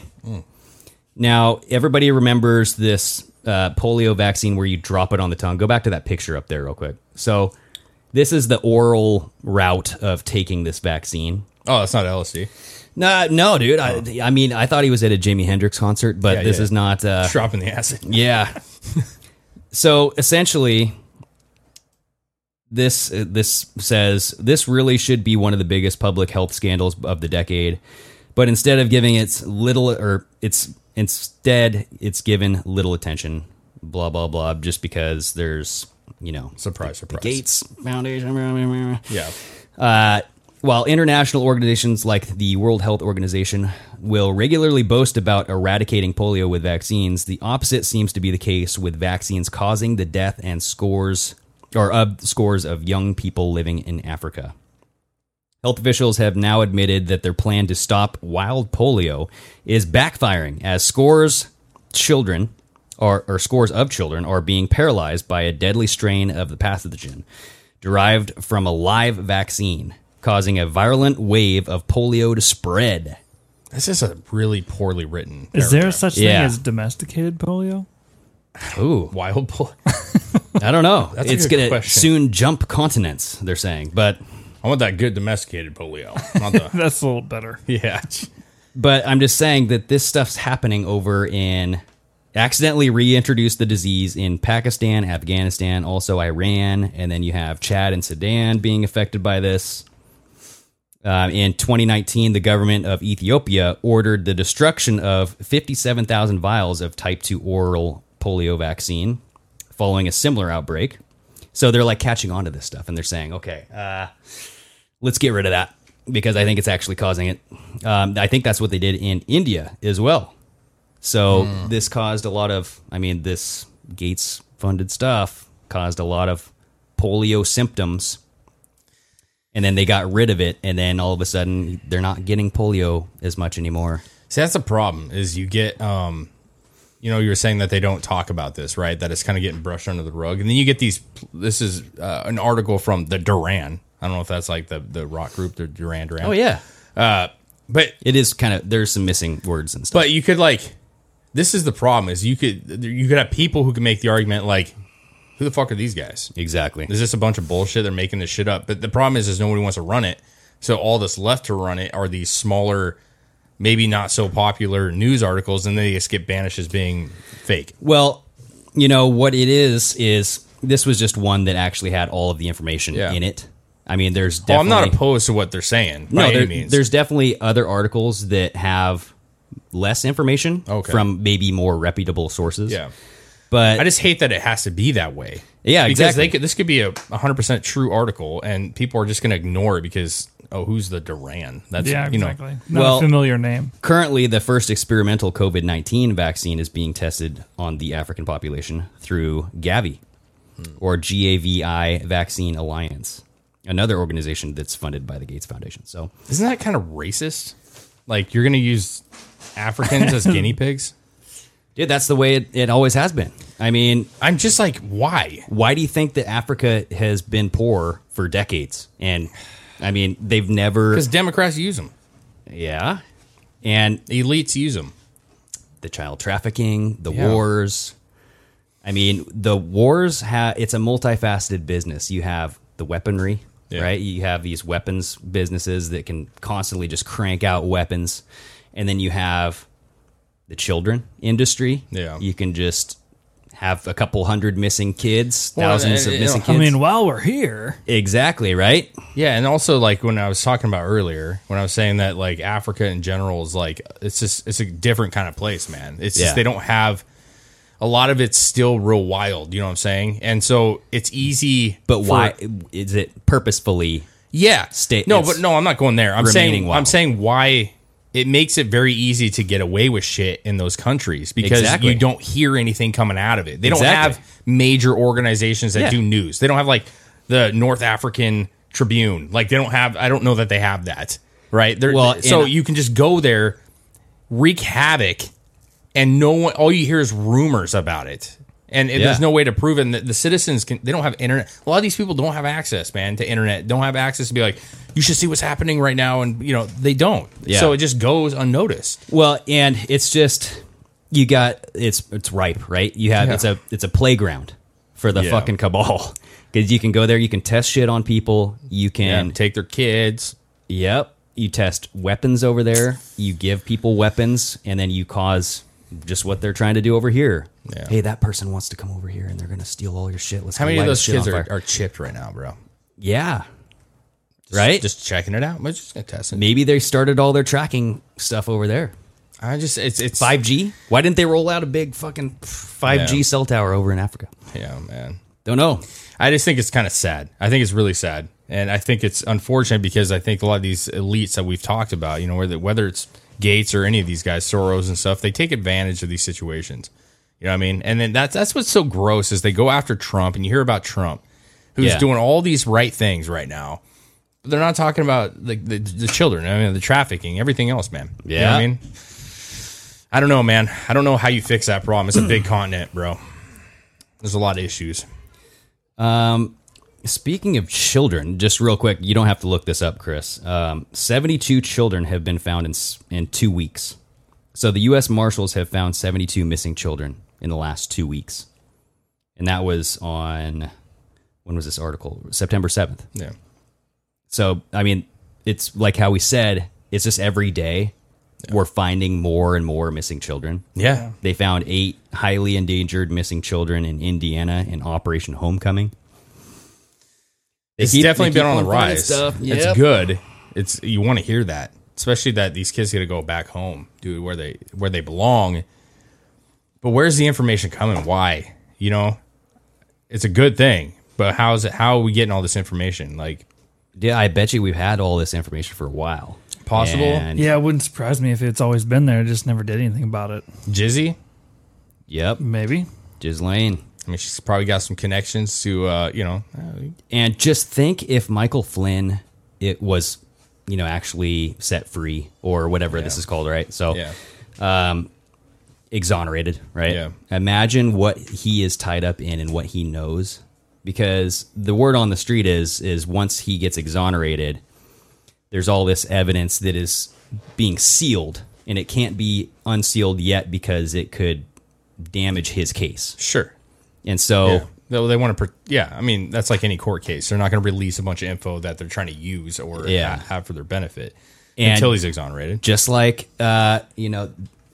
S8: Now everybody remembers this uh, polio vaccine where you drop it on the tongue. Go back to that picture up there real quick. So this is the oral route of taking this vaccine.
S7: Oh, that's not LSD.
S8: No, no, dude. I, I mean, I thought he was at a Jimi Hendrix concert, but
S7: Oh. Yeah,
S8: this
S7: yeah.
S8: is not. Uh,
S7: Dropping the acid.
S8: yeah. so essentially, this uh, this says this really should be one of the biggest public health scandals of the decade, but instead of giving its little or it's instead it's given little attention. Blah blah blah. Just because there's you know,
S7: Surprise, surprise.
S8: Gates Foundation. blah, blah, blah.
S7: Yeah.
S8: Uh, while international organizations like the World Health Organization will regularly boast about eradicating polio with vaccines, the opposite seems to be the case with vaccines causing the death and scores or of scores of young people living in Africa. Health officials have now admitted that their plan to stop wild polio is backfiring as scores children are, or scores of children are being paralyzed by a deadly strain of the pathogen derived from a live vaccine, causing a virulent wave of polio to spread.
S7: This is a really poorly written.
S9: Is there such
S8: Yeah.
S9: thing as domesticated polio?
S8: Ooh,
S7: wild pull?
S8: I don't know.
S7: That's a
S8: it's
S7: good
S8: going to
S7: question.
S8: soon jump continents, they're saying. But
S7: I want that good domesticated polio. Not the
S9: That's a little better.
S7: yeah.
S8: But I'm just saying that this stuff's happening over in accidentally reintroduced the disease in Pakistan, Afghanistan, also Iran, and then you have Chad and Sudan being affected by this. Um, in 2019, the government of Ethiopia ordered the destruction of 57,000 vials of type 2 oral polio vaccine following a similar outbreak. So they're like catching on to this stuff and they're saying, okay, uh, let's get rid of that because I think it's actually causing it. Um, I think that's what they did in India as well. So
S7: Hmm.
S8: this caused a lot of, I mean, this Gates funded stuff caused a lot of polio symptoms. And then they got rid of it. And then all of a sudden, they're not getting polio as much anymore.
S7: See, that's the problem. Is you get um, you know, you were saying that they don't talk about this, right? That it's kind of getting brushed under the rug, and then you get these. This is uh, an article from the Duran. I don't know if that's like the the rock group, the Duran Duran.
S8: Oh, yeah.
S7: but
S8: It is kind of, there's some missing words and stuff.
S7: But you could like, this is the problem: is you could you could have people who can make the argument like, who the fuck are these guys?
S8: exactly.
S7: Is this a bunch of bullshit? They're making this shit up. But the problem is, is nobody wants to run it. So all that's left to run it are these smaller, maybe not so popular news articles, and they just get banished as being fake.
S8: Well, you know what it is is this was just one that actually had all of the information
S7: Yeah.
S8: in it. I mean, there's
S7: Well, I'm
S8: definitely
S7: not opposed to what they're saying by
S8: no.
S7: any
S8: there-
S7: means.
S8: There's definitely other articles that have less information
S7: Okay.
S8: from maybe more reputable sources.
S7: yeah.
S8: but
S7: I just hate that it has to be that way.
S8: Yeah,
S7: because
S8: exactly.
S7: They could, this could be a 100% true article, and people are just going to ignore it because, oh, who's the Duran? That's,
S9: Yeah,
S7: you know,
S9: exactly. Not
S8: Well-
S9: a familiar name.
S8: currently the first experimental COVID nineteen vaccine is being tested on the African population through Gavi
S7: Hmm.
S8: or GAVI Vaccine Alliance, another organization that's funded by the Gates Foundation. So.
S7: Isn't that kind of racist? Like you're going to use Africans as guinea pigs?
S8: Dude, that's the way it, it always has been. I mean,
S7: I'm just like, why?
S8: why do you think that Africa has been poor for decades? And I mean, they've never.
S7: Because Democrats use them,
S8: Yeah. And
S7: elites use them.
S8: the child trafficking, the
S7: Yeah.
S8: wars. I mean, the wars have it's a multifaceted business. You have the weaponry,
S7: Yeah.
S8: right? You have these weapons businesses that can constantly just crank out weapons, and then you have the children industry.
S7: Yeah.
S8: you can just have a couple hundred missing kids,
S7: Well,
S8: thousands
S7: and-
S8: of
S7: and-
S8: missing
S7: I
S8: kids.
S9: I mean, while we're here,
S8: exactly right.
S7: Yeah, and also like when I was talking about earlier, when I was saying that like Africa in general is like it's just it's a different kind of place, man. It's
S8: Yeah.
S7: just they don't have a lot of it's still real wild, you know what I'm saying? And so it's easy
S8: But
S7: for-
S8: why is it purposefully?
S7: Yeah.
S8: Sta-
S7: no,
S8: it's
S7: but no, I'm not going there. I'm
S8: remaining
S7: saying I'm
S8: wild.
S7: saying why it makes it very easy to get away with shit in those countries because
S8: Exactly.
S7: you don't hear anything coming out of it. They don't
S8: Exactly.
S7: have major organizations that
S8: Yeah.
S7: do news. They don't have like the North African Tribune. Like they don't have I don't know that they have that. Right? They're,
S8: Well,
S7: so
S8: and-
S7: you can just go there, wreak havoc, and no one all you hear is rumors about it. And it-
S8: Yeah.
S7: there's no way to prove it. And the, the citizens can they don't have internet. A lot of these people don't have access, man, to internet. Don't have access to be like, you should see what's happening right now, and you know they don't.
S8: Yeah.
S7: So it just goes unnoticed.
S8: Well, and it's just you got it's it's ripe, right? You have it's a it's a playground for the
S7: Yeah.
S8: fucking cabal because you can go there, you can test shit on people, you can
S7: And take their kids.
S8: yep, you test weapons over there, you give people weapons, and then you cause just what they're trying to do over here.
S7: Yeah.
S8: Hey, that person wants to come over here and they're gonna steal all your shit. Let's
S7: How
S8: go
S7: many of
S8: light
S7: those
S8: shit on
S7: kids are,
S8: fire.
S7: are chipped right now, bro?
S8: yeah, right?
S7: Just checking it out. I'm just gonna test it.
S8: Maybe they started all their tracking stuff over there.
S7: I just it's it's
S8: 5G? Why didn't they roll out a big fucking 5G
S7: Yeah.
S8: cell tower over in Africa?
S7: Yeah, man.
S8: Don't know.
S7: I just think it's kind of sad. I think it's really sad, and I think it's unfortunate because I think a lot of these elites that we've talked about, you know, whether whether it's Gates or any of these guys, Soros and stuff, they take advantage of these situations. You know what I mean? And then that's that's what's so gross is they go after Trump, and you hear about Trump, who's
S8: Yeah.
S7: doing all these right things right now. But they're not talking about the, the the children. I mean, the trafficking, everything else, man. You know what I
S8: Yeah.
S7: mean, I don't know, man. I don't know how you fix that problem. It's a big continent, bro. There's a lot of issues.
S8: Um, speaking of children, just real quick, you don't have to look this up, Chris. Um, 72 children have been found in s- in two weeks. So the U.S. Marshals have found 72 missing children in the last two weeks, and that was on when was this article? September 7th.
S7: Yeah.
S8: So I mean, it's like how we said, it's just every day we're finding more and more missing children.
S7: Yeah.
S8: They found eight highly endangered missing children in Indiana in Operation Homecoming. They
S7: it's
S8: keep-
S7: definitely
S8: they
S7: been
S8: keep
S7: on the
S8: finding
S7: rise.
S8: stuff. Yep.
S7: It's good. It's you want to hear that, especially that these kids got to go back home, dude, where they where they belong. But where's the information coming? Why? You know, it's a good thing, but how's it? How are we getting all this information? Like
S8: Yeah, I bet you we've had all this information for a while.
S7: Possible.
S8: And-
S9: Yeah, it wouldn't surprise me if it's always been there. I just never did anything about it.
S7: Jizzy,
S8: Yep.
S9: Maybe.
S8: Ghislaine.
S7: I mean, she's probably got some connections to, uh, you know,
S8: And just think if Michael Flynn it was, you know, actually set free or whatever this is called, right? So
S7: yeah,
S8: exonerated, right?
S7: Yeah.
S8: Imagine what he is tied up in and what he knows, because the word on the street is is once he gets exonerated, there's all this evidence that is being sealed, and it can't be unsealed yet because it could damage his case.
S7: sure.
S8: And so,
S7: Yeah. They, they want to, yeah. I mean, that's like any court case. They're not going to release a bunch of info that they're trying to use or
S8: Yeah.
S7: have for their benefit
S8: And-
S7: until he's exonerated.
S8: just like uh, you know,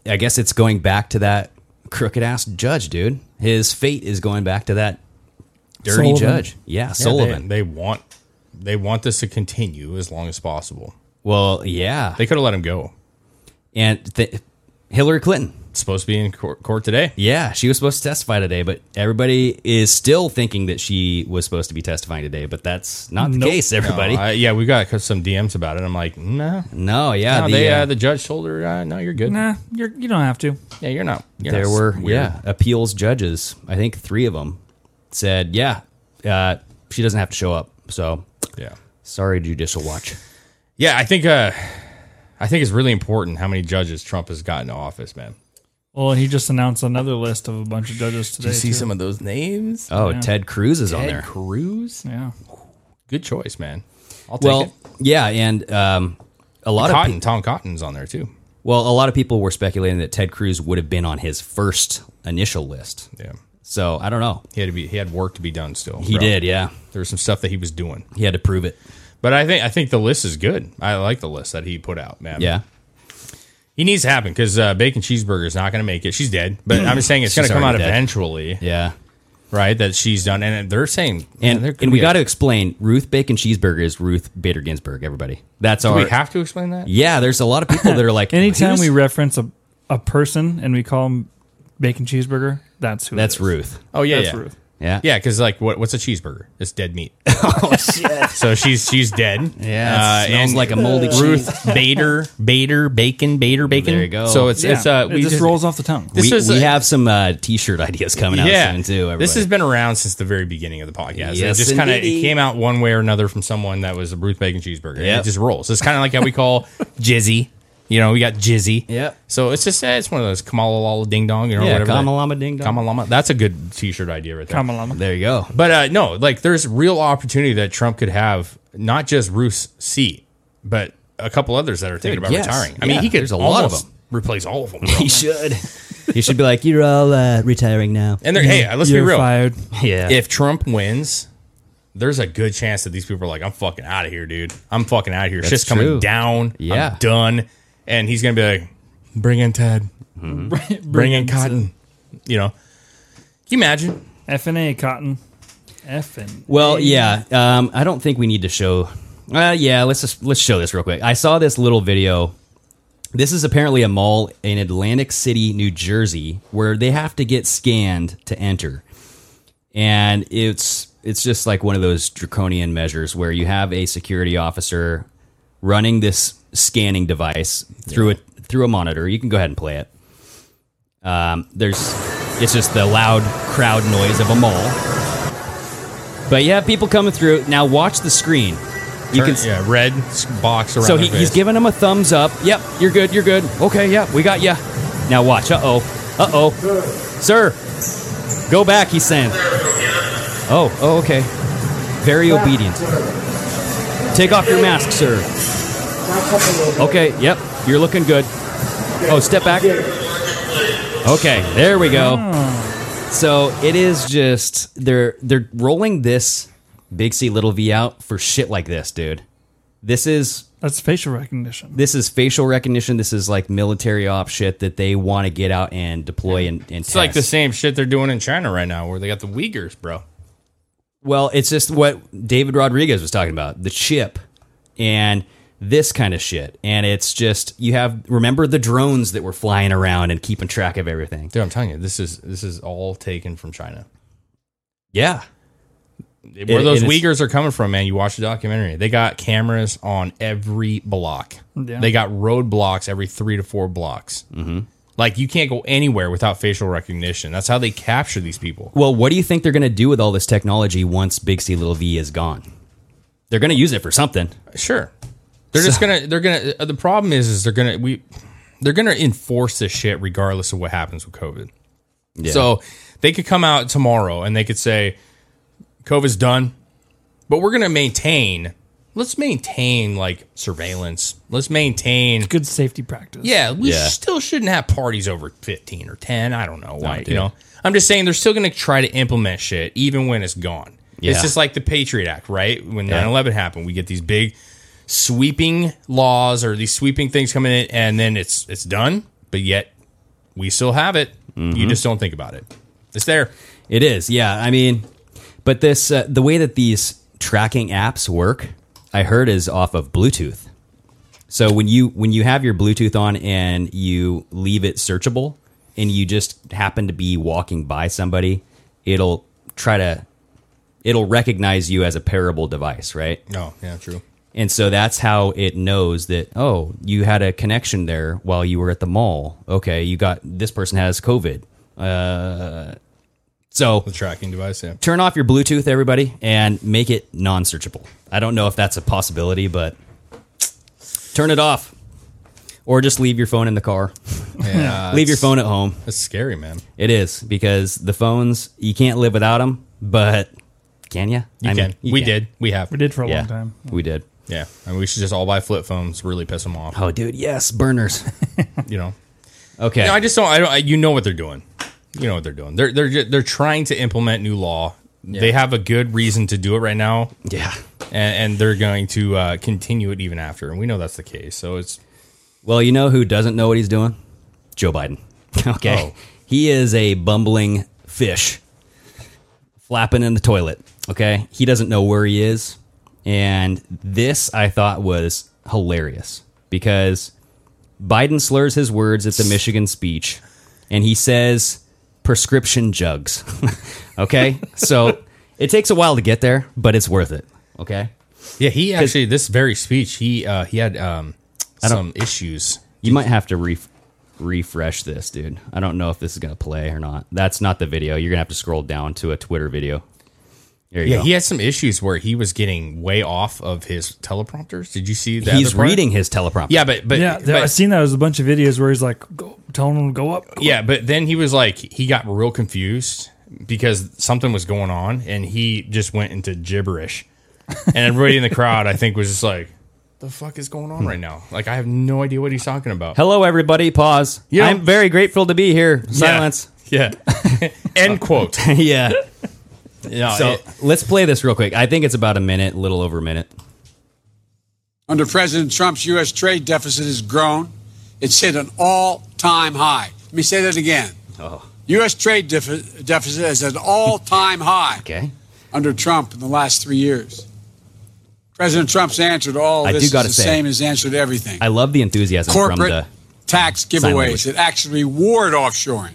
S8: I guess it's going back to that crooked ass judge, dude. His fate is going back to that dirty
S9: Sullivan.
S8: judge. Yeah,
S7: Yeah, they-
S8: Sullivan.
S7: They, want they want this to continue as long as possible.
S8: well, yeah.
S7: They could have let him go.
S8: and th- Hillary Clinton.
S7: It's supposed to be in court, court today.
S8: Yeah, she was supposed to testify today, but everybody is still thinking that she was supposed to be testifying today, but that's not the
S9: Nope.
S8: case, everybody. No,
S7: I- Uh, yeah, we got some DMs about it. I'm like, nah.
S8: yeah,
S7: no,
S8: the,
S7: they
S8: uh,
S7: uh, the judge told her, uh, no, you're good.
S9: Nah, you're, you don't have to.
S7: Yeah, you're not. You're
S8: there
S7: not
S8: were
S7: weird.
S8: yeah, appeals judges, I think 3 of them said, "Yeah, uh, she doesn't have to show up." So,
S7: yeah,
S8: sorry judicial watch.
S7: yeah. I think uh, I think it's really important how many judges Trump has gotten to office, man.
S9: Well, he just announced another list of a bunch of judges today. too.
S7: of those names?
S8: Oh, Ted Cruz is on there.
S7: Cruz,
S9: Yeah.
S7: good choice, man. I'll take
S8: Well,
S7: it.
S8: yeah, and um, a lot of
S7: Cotton,
S8: pe-
S7: Tom Cotton's on there too.
S8: well, a lot of people were speculating that Ted Cruz would have been on his first initial list.
S7: Yeah,
S8: So, I don't know.
S7: he had to be. He had work to be done still.
S8: He
S7: bro.
S8: did, yeah.
S7: There was some stuff that he was doing.
S8: He had to prove it.
S7: But I think I think the list is good. I like the list that he put out, man.
S8: Yeah.
S7: he needs to happen because uh, bacon cheeseburger is not going to make it. She's dead, but I'm just saying it's going
S8: She's
S7: to come out
S8: already dead.
S7: eventually,
S8: Yeah.
S7: right? That she's done, and they're saying,
S8: And,
S7: man,
S8: and we got to
S7: to.
S8: explain Ruth Bacon Cheeseburger is Ruth Bader Ginsburg, everybody. That's
S7: Do
S8: our.
S7: we have to explain that?
S8: yeah, there's a lot of people that are like.
S9: Anytime
S8: "Who's-"
S9: we reference a, a person and we call him bacon cheeseburger, that's who. it
S8: That's
S9: is.
S8: Ruth.
S7: Oh yeah,
S9: That's
S7: yeah,
S9: Ruth.
S8: Yeah.
S7: yeah. Because like, what, what's a cheeseburger? It's dead meat. oh shit! So she's she's dead.
S8: Yeah. it smells
S7: uh, and
S8: like a moldy cheese.
S7: Ruth Bader Bader bacon Bader bacon.
S8: There you go.
S7: So it's
S9: Yeah.
S7: it's uh
S9: it just, rolls off the tongue.
S7: This
S8: we
S7: is
S8: we
S7: a-
S8: have some uh, t shirt ideas coming out soon, too. Everybody.
S7: This has been around since the very beginning of the podcast.
S8: Yes,
S7: it just kind of
S8: indeedy.
S7: it came out one way or another from someone that was a Ruth Bacon cheeseburger. And
S8: Yep.
S7: It just rolls. It's kind of like how we call Jizzy. You know, we got Jizzy.
S8: Yep.
S7: So it's just eh, it's one of those Kamala Lala Ding Dong. You know,
S8: Yeah,
S7: whatever. that-
S8: Kamalama Ding Dong.
S7: Kamala Lama. That's a good T-shirt idea right there.
S9: Come along.
S8: There you go.
S7: But uh, no, like there's real opportunity that Trump could have not just Ruth's seat, but a couple others that are thinking about
S8: Dude, yes.
S7: retiring. I
S8: Yeah,
S7: mean, he could
S8: there's a lot of
S7: almost
S8: them.
S7: replace all of them.
S8: He should. he should be like, you're all uh, retiring now.
S7: And they're, hey, let's
S9: You're
S7: be real.
S9: fired.
S8: Yeah.
S7: if Trump wins, there's a good chance that these people are like, I'm fucking out of here, dude. I'm fucking out of here. Shit's coming
S8: true.
S7: down.
S8: Yeah.
S7: I'm done. And he's going to be like, bring in Ted, bring in Cotton. You know, can you imagine?
S9: FNA cotton. FN.
S8: Well, yeah. Um, I don't think we need to show. Uh, yeah, let's just let's show this real quick. I saw this little video. This is apparently a mall in Atlantic City, New Jersey, where they have to get scanned to enter. and it's it's just like one of those draconian measures where you have a security officer running this scanning device through a through a monitor. You can go ahead and play it. Um, there's it's just the loud crowd noise of a mall. But you have people coming through. Now watch the screen. You
S7: Turn-
S8: can
S7: yeah, red s- box around.
S8: so
S7: their
S8: he, he's
S7: face.
S8: giving him a thumbs up. Yep, you're good. You're good. Okay, yeah, we got ya. Now watch. Uh oh. Uh oh. Sir, go back. He's saying. Oh. Oh. Okay. Very obedient. Take off your mask, sir. Okay. Yep. You're looking good. Oh, step back. Okay. There we go. So it is just they're they're rolling this big C little V out for shit like this, dude. This is
S9: That's facial recognition.
S8: this is facial recognition. This is like military op shit that they want to get out and deploy and, and
S7: It's like the same shit they're doing in China right now, where they got the Uyghurs, bro.
S8: Well, it's just what David Rodriguez was talking about the chip and this kind of shit. And it's just, you have, remember the drones that were flying around and keeping track of everything.
S7: Dude, I'm telling you, this is this is all taken from China.
S8: Yeah.
S7: Where
S8: It-
S7: those
S8: it is-
S7: Uyghurs are coming from, man. You watch the documentary. They got cameras on every block.
S9: Yeah.
S7: They got roadblocks every three to four blocks. Mm-hmm. Like you can't go anywhere without facial recognition. That's how they capture these people.
S8: Well, what do you think they're going to do with all this technology once Big C Little V is gone? They're going to use it for something.
S7: Sure, they're just gonna they're gonna. uh, The problem is, is they're gonna we they're gonna enforce this shit regardless of what happens with COVID. So they could come out tomorrow and they could say, COVID's done, but we're going to maintain, let's maintain like surveillance. Let's maintain.
S9: Good safety practice.
S7: Yeah, we
S8: Yeah.
S7: still shouldn't have parties over 15 or 10. I don't know why, you
S8: dude.
S7: know? I'm just saying they're still going to try to implement shit even when it's gone.
S8: Yeah.
S7: It's just like the Patriot Act, right? When 9 11 happened, we get these big sweeping laws or these sweeping things coming in and then it's it's done, but yet we still have it.
S8: Mm-hmm.
S7: You just don't think about it. It's there.
S8: It is, yeah. I mean, but this uh, the way that these tracking apps work, I heard is off of Bluetooth. So when you when you have your Bluetooth on and you leave it searchable, and you just happen to be walking by somebody, it'll try to it'll recognize you as a parable device, right?
S7: Oh, yeah, true.
S8: And so that's how it knows that, oh, you had a connection there while you were at the mall. Okay, you got this person has COVID. Uh, so
S7: The tracking device, yeah.
S8: turn off your Bluetooth, everybody, and make it non searchable. I don't know if that's a possibility, but turn it off. Or just leave your phone in the car.
S7: yeah uh,
S8: leave your phone at home.
S7: That's scary, man.
S8: It is because the phones, you can't live without them, but can ya?
S7: You
S8: I mean,
S7: can.
S8: you?
S7: we
S8: can.
S7: did. We have.
S9: We did for a
S8: Yeah.
S9: long time.
S8: We did.
S7: Yeah. I mean, we should just all buy flip phones, really piss them off,
S8: Oh, dude, yes, burners.
S7: you know?
S8: Okay.
S7: No, I just don't. I don't. I, you know what they're doing. You know what they're doing. They're they're ju- they're trying to implement new law. They have a good reason to do it right now,
S8: yeah.
S7: and, and they're going to uh, continue it even after. And we know that's the case. So it's
S8: Well, you know who doesn't know what he's doing? Joe Biden. Okay.
S7: Oh.
S8: He is a bumbling fish flapping in the toilet. Okay. He doesn't know where he is. And this I thought was hilarious because Biden slurs his words at the Michigan speech and he says prescription jugs. okay. So it takes a while to get there, but it's worth it. Okay.
S7: yeah. He actually this very speech he uh, he had um, some issues.
S8: You might have to re- refresh this, dude. I don't know if this is going to play or not. That's not the video. You're going to have to scroll down to a Twitter video. There you
S7: Yeah,
S8: go.
S7: he had some issues where he was getting way off of his teleprompters. Did you see that?
S8: He's reading his teleprompter.
S7: Yeah, but but
S9: Yeah, there,
S7: but-
S9: I've seen that. There's a bunch of videos where he's like, go, telling him to go up. go
S7: Yeah, but then he was like, he got real confused because something was going on, and he just went into gibberish. And everybody in the crowd, I think, was just like, "The fuck is going on right now?" Like, I have no idea what he's talking about.
S8: Hello, everybody. Pause.
S7: Yeah.
S8: I'm very grateful to be here.
S7: Yeah.
S8: Silence.
S7: Yeah. End quote.
S8: Yeah.
S7: Yeah.
S8: So
S7: it-
S8: let's play this real quick. I think it's about a minute, a little over a minute.
S10: Under President Trump's U.S. trade deficit has grown. It's hit an all time high. Let me say that again.
S8: Oh.
S10: U.S. trade defi- deficit is at an all time high
S8: Okay.
S10: under Trump in the last three years. President Trump's answer to all
S8: I
S10: of
S8: do
S10: this is
S8: gotta
S10: the
S8: say-
S10: same as his answer to everything.
S8: I love the enthusiasm from
S10: Corporate
S8: the.
S10: tax
S8: language.
S10: giveaways that actually reward offshoring.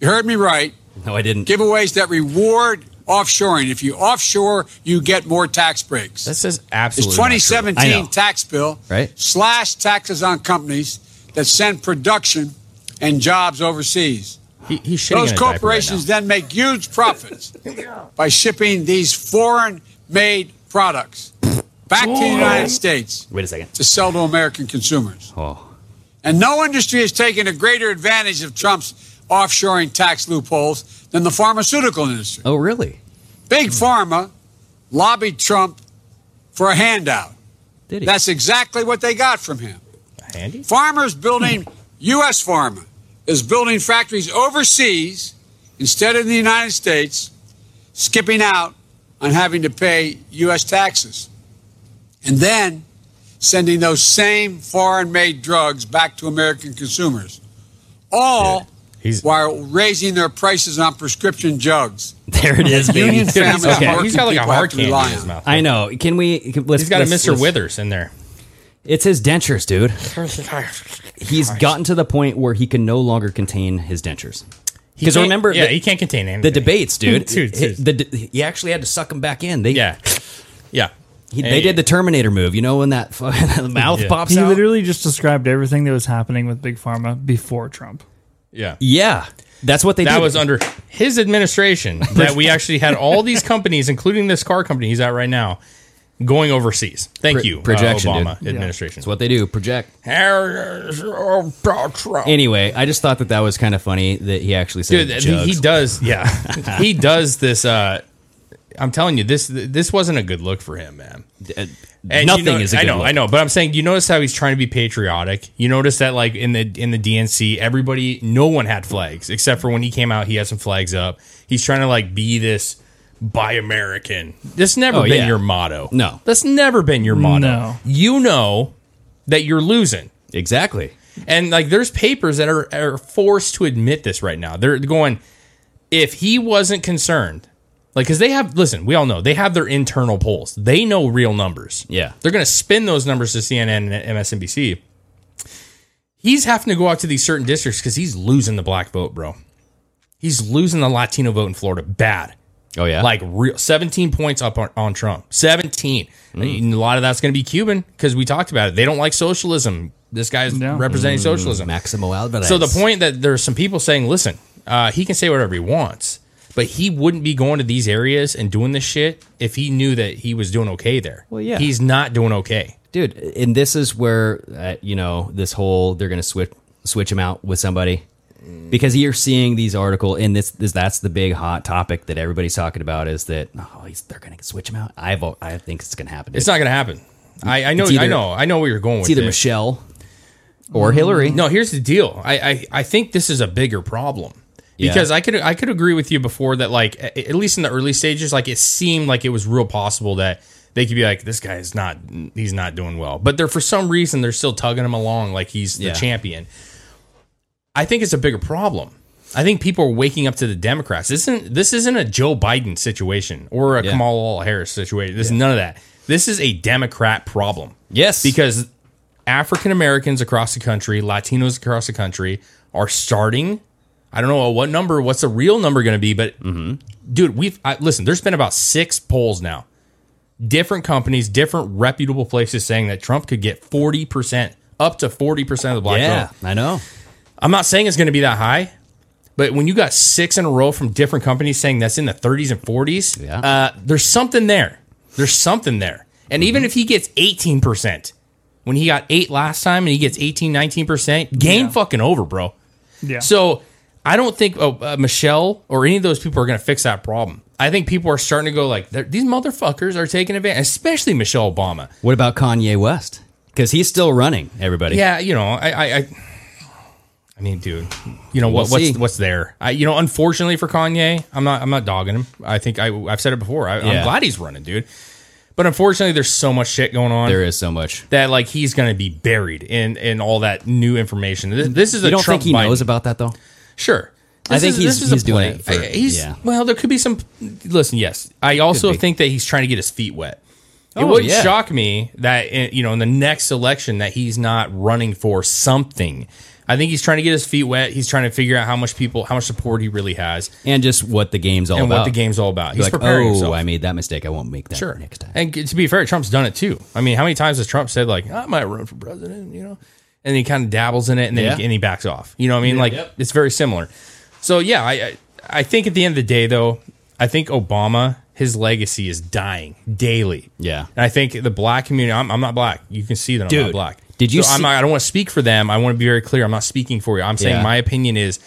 S10: You heard me right.
S8: No, I didn't.
S10: Giveaways that reward offshoring. If you offshore, you get more tax breaks.
S7: This is absolutely
S10: It's
S7: not true. I
S10: 2017
S7: know.
S10: tax bill
S8: Right.
S10: slash taxes on companies that send production and jobs overseas.
S7: He, he's shitting
S10: Those
S7: in a diaper right
S10: corporations
S7: now.
S10: then make huge profits by shipping these foreign made products back to the United States
S8: Wait a second.
S10: to sell to American consumers.
S8: Oh,
S10: And no industry has taken a greater advantage of Trump's offshoring tax loopholes than the pharmaceutical industry.
S8: oh, really?
S10: Big
S8: Hmm.
S10: Pharma lobbied Trump for a handout.
S8: Did he?
S10: That's exactly what they got from him.
S7: Handy?
S10: Farmers building,
S8: Hmm.
S10: U.S. Pharma is building factories overseas instead of in the United States, skipping out on having to pay U.S. taxes. And then sending those same foreign made drugs back to American consumers. All
S7: He's
S10: while raising their prices on prescription drugs.
S8: there it is, baby.
S10: Union families
S7: okay.
S10: working
S7: He's got like a
S10: people
S7: hard
S10: have to
S7: candy
S10: rely
S7: in his
S10: on.
S7: mouth.
S8: I know. Can we? Can, let's,
S7: He's got a
S8: let's-
S7: Mr.
S8: let's-
S7: Withers in there.
S8: It's his dentures, dude. He's gotten to the point where he can no longer contain his dentures. Because
S7: can't-
S8: remember,
S7: yeah,
S8: the,
S7: he can't contain anything.
S8: the debates, dude.
S7: Dude,
S8: He-
S7: dude.
S8: the de- he actually had to suck them back in. They,
S7: Yeah, yeah.
S8: he- they
S7: Hey.
S8: did the Terminator move. You know when that, fu- the mouth
S7: Yeah.
S8: pops
S9: He
S8: out.
S9: literally just described everything that was happening with Big Pharma before Trump.
S7: Yeah.
S8: yeah, that's what they
S7: That
S8: did.
S7: was under his administration that we actually had all these companies, including this car company he's at right now, going overseas. Thank
S8: Pro-
S7: you, uh,
S8: projection, dude.
S7: Obama administration. oh,
S8: That's what they do. Project.
S7: Anyway,
S8: Anyway, I just thought that that was kind of funny that he actually said
S7: Dude, I mean,
S8: jugs.
S7: he does. Yeah, he does this. Uh, I'm telling you, this this wasn't a good look for him, man.
S8: Uh,
S7: And
S8: Nothing
S7: you know-
S8: is. A
S7: I
S8: good
S7: know,
S8: look.
S7: I know, but I'm saying you notice how he's trying to be patriotic. You notice that like in the in the DNC, everybody, no one had flags except for when he came out. He had some flags up. He's trying to like be this buy American. This never
S8: Oh,
S7: been
S8: yeah.
S7: your motto.
S8: No.
S7: that's never been your motto.
S9: No.
S7: You know that you're losing.
S8: Exactly.
S7: And like, there's papers that are, are forced to admit this right now. They're going, if he wasn't concerned, like, because they have, listen, we all know they have their internal polls. They know real numbers.
S8: Yeah.
S7: They're going to spin those numbers to CNN and MSNBC. He's having to go out to these certain districts because he's losing the black vote, bro. He's losing the Latino vote in Florida bad.
S8: Oh yeah.
S7: Like real, 17 points up on, on Trump. 17. And a lot of that's going to be Cuban because we talked about it. They don't like socialism. This guy's
S9: Yeah.
S7: representing socialism.
S8: Maximo Alvarez.
S7: So the point that there's some people saying, listen, uh, he can say whatever he wants, but he wouldn't be going to these areas and doing this shit if he knew that he was doing okay there. Well,
S8: yeah.
S7: He's not doing okay.
S8: dude and this is where uh, you know this whole they're gonna switch switch him out with somebody because you're seeing these article and this, this that's the big hot topic that everybody's talking about is that oh he's, they're gonna switch him out i vote i think it's gonna happen
S7: It's not going to happen. I, I know.
S8: It's either-
S7: I know. I know where you're going
S8: it's
S7: with
S8: either
S7: this.
S8: michelle or hillary
S7: No, here's the deal. I, I, I think this is a bigger problem because I could I could agree with you before that like a- at least in the early stages like it seemed like it was real possible that they could be like this guy is not he's not doing well but they're for some reason they're still tugging him along like he's the
S8: Yeah.
S7: champion. I think it's a bigger problem. I think people are waking up to the Democrats. This isn't this isn't a Joe Biden situation or a
S8: Yeah.
S7: Kamala Harris situation. This is none of that. This is a Democrat problem
S8: yes
S7: because African Americans across the country, Latinos across the country are starting. I don't know what number, what's the real number going to be, but
S8: Mm-hmm.
S7: dude, we've I, listen. There's been about six polls now, different companies, different reputable places saying that Trump could get forty percent, up to forty percent of the black
S8: yeah
S7: vote.
S8: i know
S7: I'm not saying it's going to be that high, but when you got six in a row from different companies saying that's in the 30s and 40s,
S8: Yeah.
S7: uh, there's something there. There's something there. And even if he gets 18%, when he got eight last time and he gets 18, 19%, game fucking over, bro.
S9: Yeah.
S7: So I don't think oh, uh, Michelle or any of those people are going to fix that problem. I think people are starting to go like, "They're- these motherfuckers are taking advantage, especially Michelle Obama.
S8: what about kanye west because he's still running everybody
S7: Yeah, you know, I, I, I, I mean, dude, you know what,
S8: We'll see.
S7: what's what's there? I, you know, unfortunately for Kanye, I'm not, I'm not dogging him. I think I, I've said it before. I,
S8: Yeah.
S7: I'm glad he's running, dude. But unfortunately, there's so much shit going on
S8: there is so much
S7: that like he's gonna be buried in in all that new information. This, this is a
S8: you don't
S7: Trump
S8: think he
S7: Biden-
S8: knows about that though
S7: Sure.
S8: I think he's-
S7: a
S8: he's doing
S7: play.
S8: it for-
S7: I- he's
S8: yeah.
S7: well. There could be some. Listen, yes, I also
S8: be.
S7: think that he's trying to get his feet wet. it
S8: Oh,
S7: wouldn't
S8: yeah.
S7: shock me that eh, you know in the next election that he's not running for something. I think he's trying to get his feet wet. He's trying to figure out how much people, how much support he really has,
S8: and just what the game's all
S7: and
S8: about.
S7: what the game's all about. He's
S8: He's like,
S7: preparing
S8: oh,
S7: himself.
S8: I made that mistake. I won't make that
S7: sure.
S8: next time.
S7: And to be fair, Trump's done it too. I mean, how many times has Trump said like, "I might run for president," you know, and he kind of dabbles in it and then
S8: Yeah.
S7: he, and he backs off. You know what I mean? Like
S8: Yep.
S7: it's very similar. So yeah, I I- I think at the end of the day though, I think Obama his legacy is dying daily.
S8: Yeah.
S7: and I think the black community. I'm, I'm not black. You can see that I'm not
S8: Dude,
S7: black.
S8: did you
S7: So I'm
S8: see-
S7: not, I don't want to speak for them. I want to be very clear. I'm not speaking for you. I'm saying
S8: Yeah.
S7: my opinion is.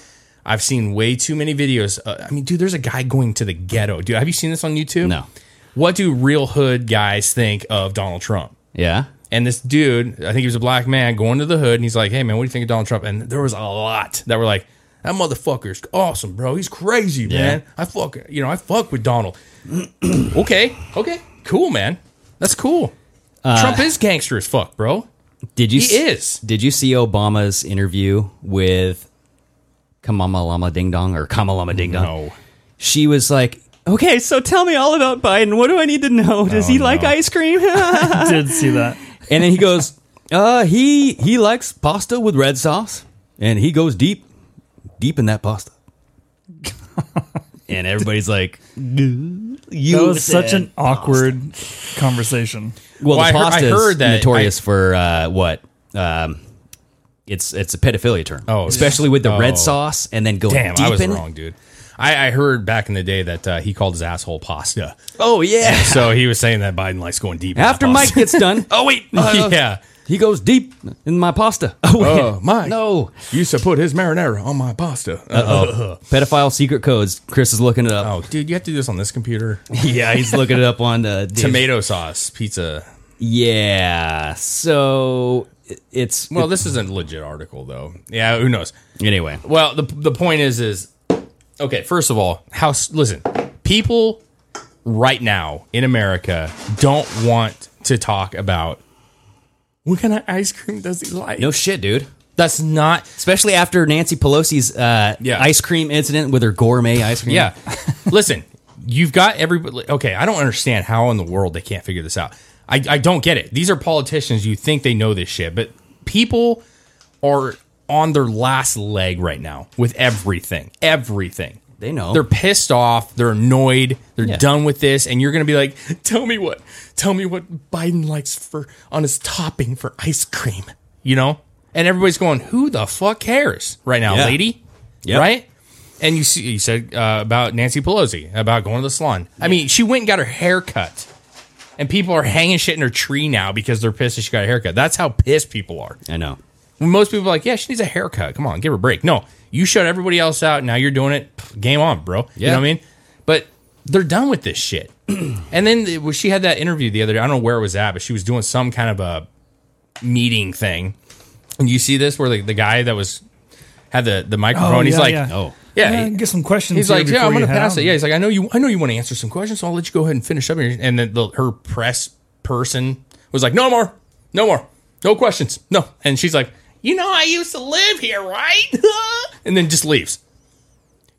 S7: I've seen way too many videos. Uh, I mean, dude, there's a guy going to the ghetto. Dude, have you seen this on YouTube?
S8: No.
S7: What do real hood guys think of Donald Trump?
S8: Yeah.
S7: And this dude, I think he was a black man, going to the hood, and he's like, "Hey, man, what do you think of Donald Trump?" And there was a lot that were like, "That motherfucker's awesome, bro. He's crazy, man. I fuck, you know, I fuck with Donald." okay, okay, cool, man. That's cool.
S8: Uh,
S7: Trump is gangster as fuck, bro.
S8: Did you?
S7: He
S8: see,
S7: is.
S8: Did you see Obama's interview with Kamama Lama Ding Dong or Kama Lama Ding Dong?
S7: No.
S8: She was like, "Okay, so tell me all about Biden. What do I need to
S7: Oh,
S8: know? Does he like ice cream?" and
S9: I did see that.
S8: then he goes, "Uh, he he likes pasta with red sauce, and he goes deep, deep in that pasta." and everybody's like, "You
S9: That was such
S8: said
S9: an awkward conversation.
S8: Well,
S7: Well,
S8: the
S7: I heard- I
S8: pasta is
S7: heard that-
S8: notorious for uh, what? Um, it's it's a pedophilia term.
S7: Oh,
S8: especially with the
S7: oh.
S8: red sauce and then going
S7: Damn,
S8: deep
S7: I was
S8: in it.
S7: wrong, dude. I, I heard back in the day that uh, he called his asshole pasta,
S8: Oh yeah.
S7: so he was saying that Biden likes going deep. in that
S8: After
S7: pasta.
S8: Mike gets done, oh wait, uh,
S7: yeah.
S8: he goes deep in my pasta. Oh, wait.
S7: Oh, Mike.
S8: no,
S7: used to put his marinara on my pasta. Uh-oh.
S8: pedophile secret codes. Chris is looking it up.
S7: Oh, dude, you have to do this on this computer.
S8: yeah, he's looking it up on uh, the
S7: Oh. Tomato sauce pizza.
S8: Yeah, so it- it's
S7: Well, this is a legit article though. Yeah, who knows?
S8: anyway.
S7: Well, the the point is is okay. First of all, how s- listen, people right now in America don't want to talk about what kind of ice cream does he like.
S8: No shit, dude.
S7: that's not
S8: Especially after Nancy Pelosi's uh,
S7: Yeah.
S8: ice cream incident with her gourmet ice cream.
S7: Yeah. Listen, you've got everybody. Okay, I don't understand how in the world they can't figure this out. I, I don't get it. These are politicians. You think they know this shit, but people are on their last leg right now with everything. Everything.
S8: They know.
S7: They're pissed off. They're annoyed. They're
S8: Yeah.
S7: done with this. And you're going to be like, tell me what, tell me what Biden likes for on his topping for ice cream, you know? And everybody's going, who the fuck cares right now,
S8: Yeah.
S7: lady?
S8: Yep.
S7: right? And you see, you said uh, about Nancy Pelosi about going to the salon. I mean, she went and got her hair cut, and people are hanging shit in her tree now because they're pissed that she got a haircut. That's how pissed people are.
S8: I know.
S7: Most people are like, yeah, she needs a haircut. Come on, give her a break. No, you shut everybody else out. Now you're doing it. Pff, Game on, bro. You
S8: Yeah.
S7: know what I mean? But they're done with this shit. and then it was- she had that interview the other day. I don't know where it was at, but she was doing some kind of a meeting thing. And you see this where the, the guy that was had the, the microphone, he's
S9: yeah,
S7: like,
S9: yeah.
S7: oh,
S9: Yeah,
S7: he-
S9: get some questions.
S7: He's
S9: here
S7: like, yeah,
S9: before
S7: I'm gonna
S9: you head
S7: pass
S9: out."
S7: it. Yeah, he's like, I know you, I know you want to answer some questions, so I'll let you go ahead and finish up. here." And then the, her press person was like, no more, no more, no questions, no. And she's like, you know, I used to live here, right? and then just leaves.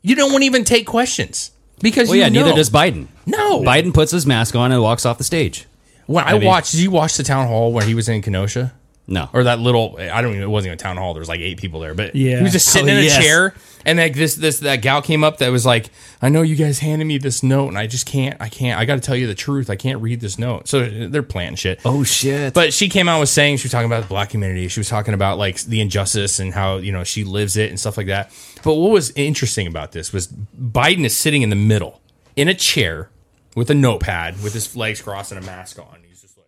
S7: You don't want to even take questions because
S8: Well,
S7: you
S8: yeah,
S7: know-
S8: neither does Biden.
S7: No.
S8: Biden puts his mask on and walks off the stage.
S7: When I,
S8: I mean-
S7: watched, did you watch the town hall where he was in Kenosha?
S8: No.
S7: or that little I don't even it wasn't even a town hall. There was like eight people there, but
S9: Yeah.
S7: he was just sitting
S8: Oh,
S7: in a
S8: yes.
S7: chair. And like this, this that gal came up that was like, "I know you guys handed me this note, and I just can't, I can't, I got to tell you the truth. I can't read this note." So they're planting shit.
S8: oh shit.
S7: But she came out with saying she was talking about the black community. She was talking about like the injustice and how you know she lives it and stuff like that. But what was interesting about this was Biden is sitting in the middle in a chair with a notepad with his legs crossed and a mask on. He's just like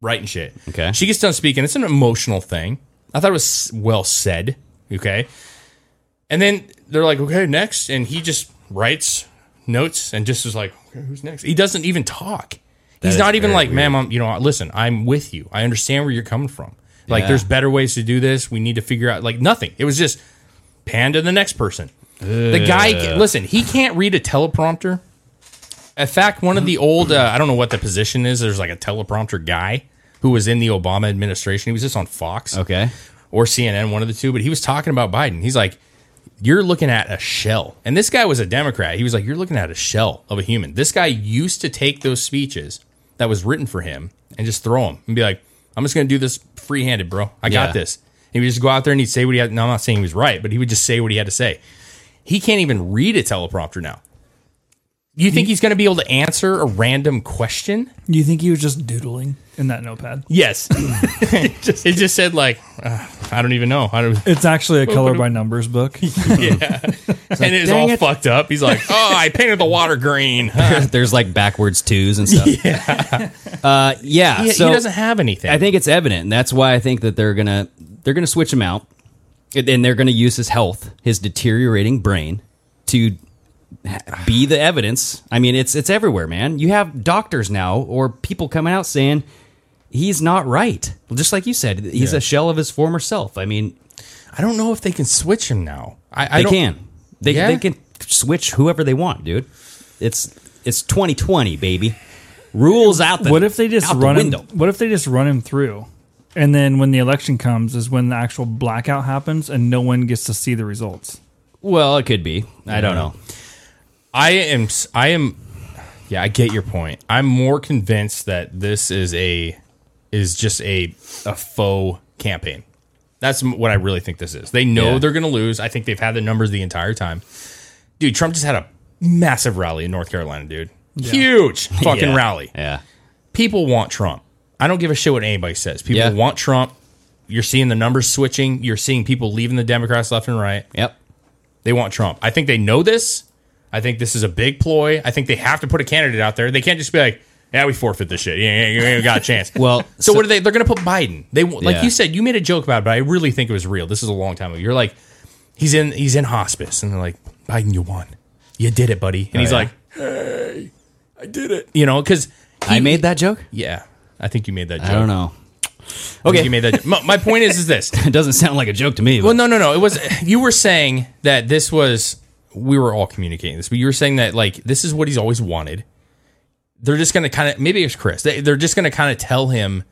S7: writing shit.
S8: Okay.
S7: She gets done speaking. It's an emotional thing. I thought it was well said. Okay. And then they're like, okay, next. And he just writes notes and just is like, okay, who's next? He doesn't even talk. He's
S8: is
S7: not even
S8: very
S7: like,
S8: weird.
S7: ma'am, I'm, you know, listen, I'm with you. I understand where you're coming from. Like,
S8: Yeah.
S7: there's better ways to do this. We need to figure out, like, nothing. It was just pan to the next person. The guy, ca- listen, he can't read a teleprompter. In fact, one of the old, uh, I don't know what the position is, there's like a teleprompter guy who was in the Obama administration. He was just on Fox
S8: okay.
S7: or CNN, one of the two, but he was talking about Biden. He's like, you're looking at a shell. And this guy was a Democrat. He was like, you're looking at a shell of a human. This guy used to take those speeches that was written for him and just throw him and be like, I'm just going to do this free handed, bro. I
S8: Yeah.
S7: got this. And he would just go out there and he'd say what he had. No, I'm not saying he was right, but he would just say what he had to say. He can't even read a teleprompter now. You think he's going to be able to answer a random question?
S9: You think he was just doodling in that notepad?
S7: Yes. it just said like, uh, I don't even know. I don't,
S9: It's actually a color by numbers book.
S7: and it was
S8: "Dang
S7: all
S8: it."
S7: fucked up. He's like, oh, I painted the water green. Huh.
S8: There's like backwards twos and stuff. Yeah. Uh, yeah.
S7: He,
S8: so
S7: he doesn't have anything.
S8: I think it's evident, and that's why I think that they're gonna they're gonna switch him out, and and they're gonna use his health, his deteriorating brain, to ha- be the evidence. I mean, it's it's everywhere, man. You have doctors now or people coming out saying he's not right. Just like you said, he's a shell of his former self. I mean,
S7: I don't know if they can switch him now. I, I
S8: they
S7: don't-
S8: can they
S7: Yeah?
S8: they can switch whoever they want, dude. It's it's 2020, baby. Rules out the
S9: what if they just
S8: out the
S9: run him?
S8: window.
S9: What if they just run him through, and then when the election comes, is when the actual blackout happens, and no one gets to see the results.
S8: Well, it could be. I don't know.
S7: I am. s- I am. Yeah, I get your point. I'm more convinced that this is a is just a a faux campaign. That's m- what I really think this is. They know
S8: Yeah.
S7: they're going to lose. I think they've had the numbers the entire time. Dude, Trump just had a massive rally in North Carolina, dude. Huge fucking
S8: Yeah.
S7: rally.
S8: Yeah.
S7: People want Trump. I don't give a shit what anybody says. People
S8: Yeah.
S7: want Trump. You're seeing the numbers switching. You're seeing people leaving the Democrats left and right.
S8: Yep.
S7: They want Trump. I think they know this. I think this is a big ploy. I think they have to put a candidate out there. They can't just be like, "Yeah, we forfeit this shit. Yeah, yeah, yeah, we got a chance."
S8: Well,
S7: so,
S8: so-
S7: what are they? They're going to put Biden. They w- like
S8: Yeah.
S7: you said. You made a joke about it, but I really think it was real. This is a long time ago. You're like, he's in he's in hospice, and they're like, Biden, you won. You did it, buddy. And he's
S8: Oh, yeah.
S7: like, Hey, I did it. You know, because
S8: I made that joke.
S7: yeah, I think you made that. joke.
S8: I don't know.
S7: I think
S8: Okay.
S7: you made that. joke. My, my point is, is this.
S8: It doesn't sound like a joke to me.
S7: Well,
S8: but-
S7: no, no, no. It was you were saying that this was we were all communicating this, but you were saying that like this is what he's always wanted. They're just gonna kind of maybe it's Chris. They, they're just gonna kind of tell him,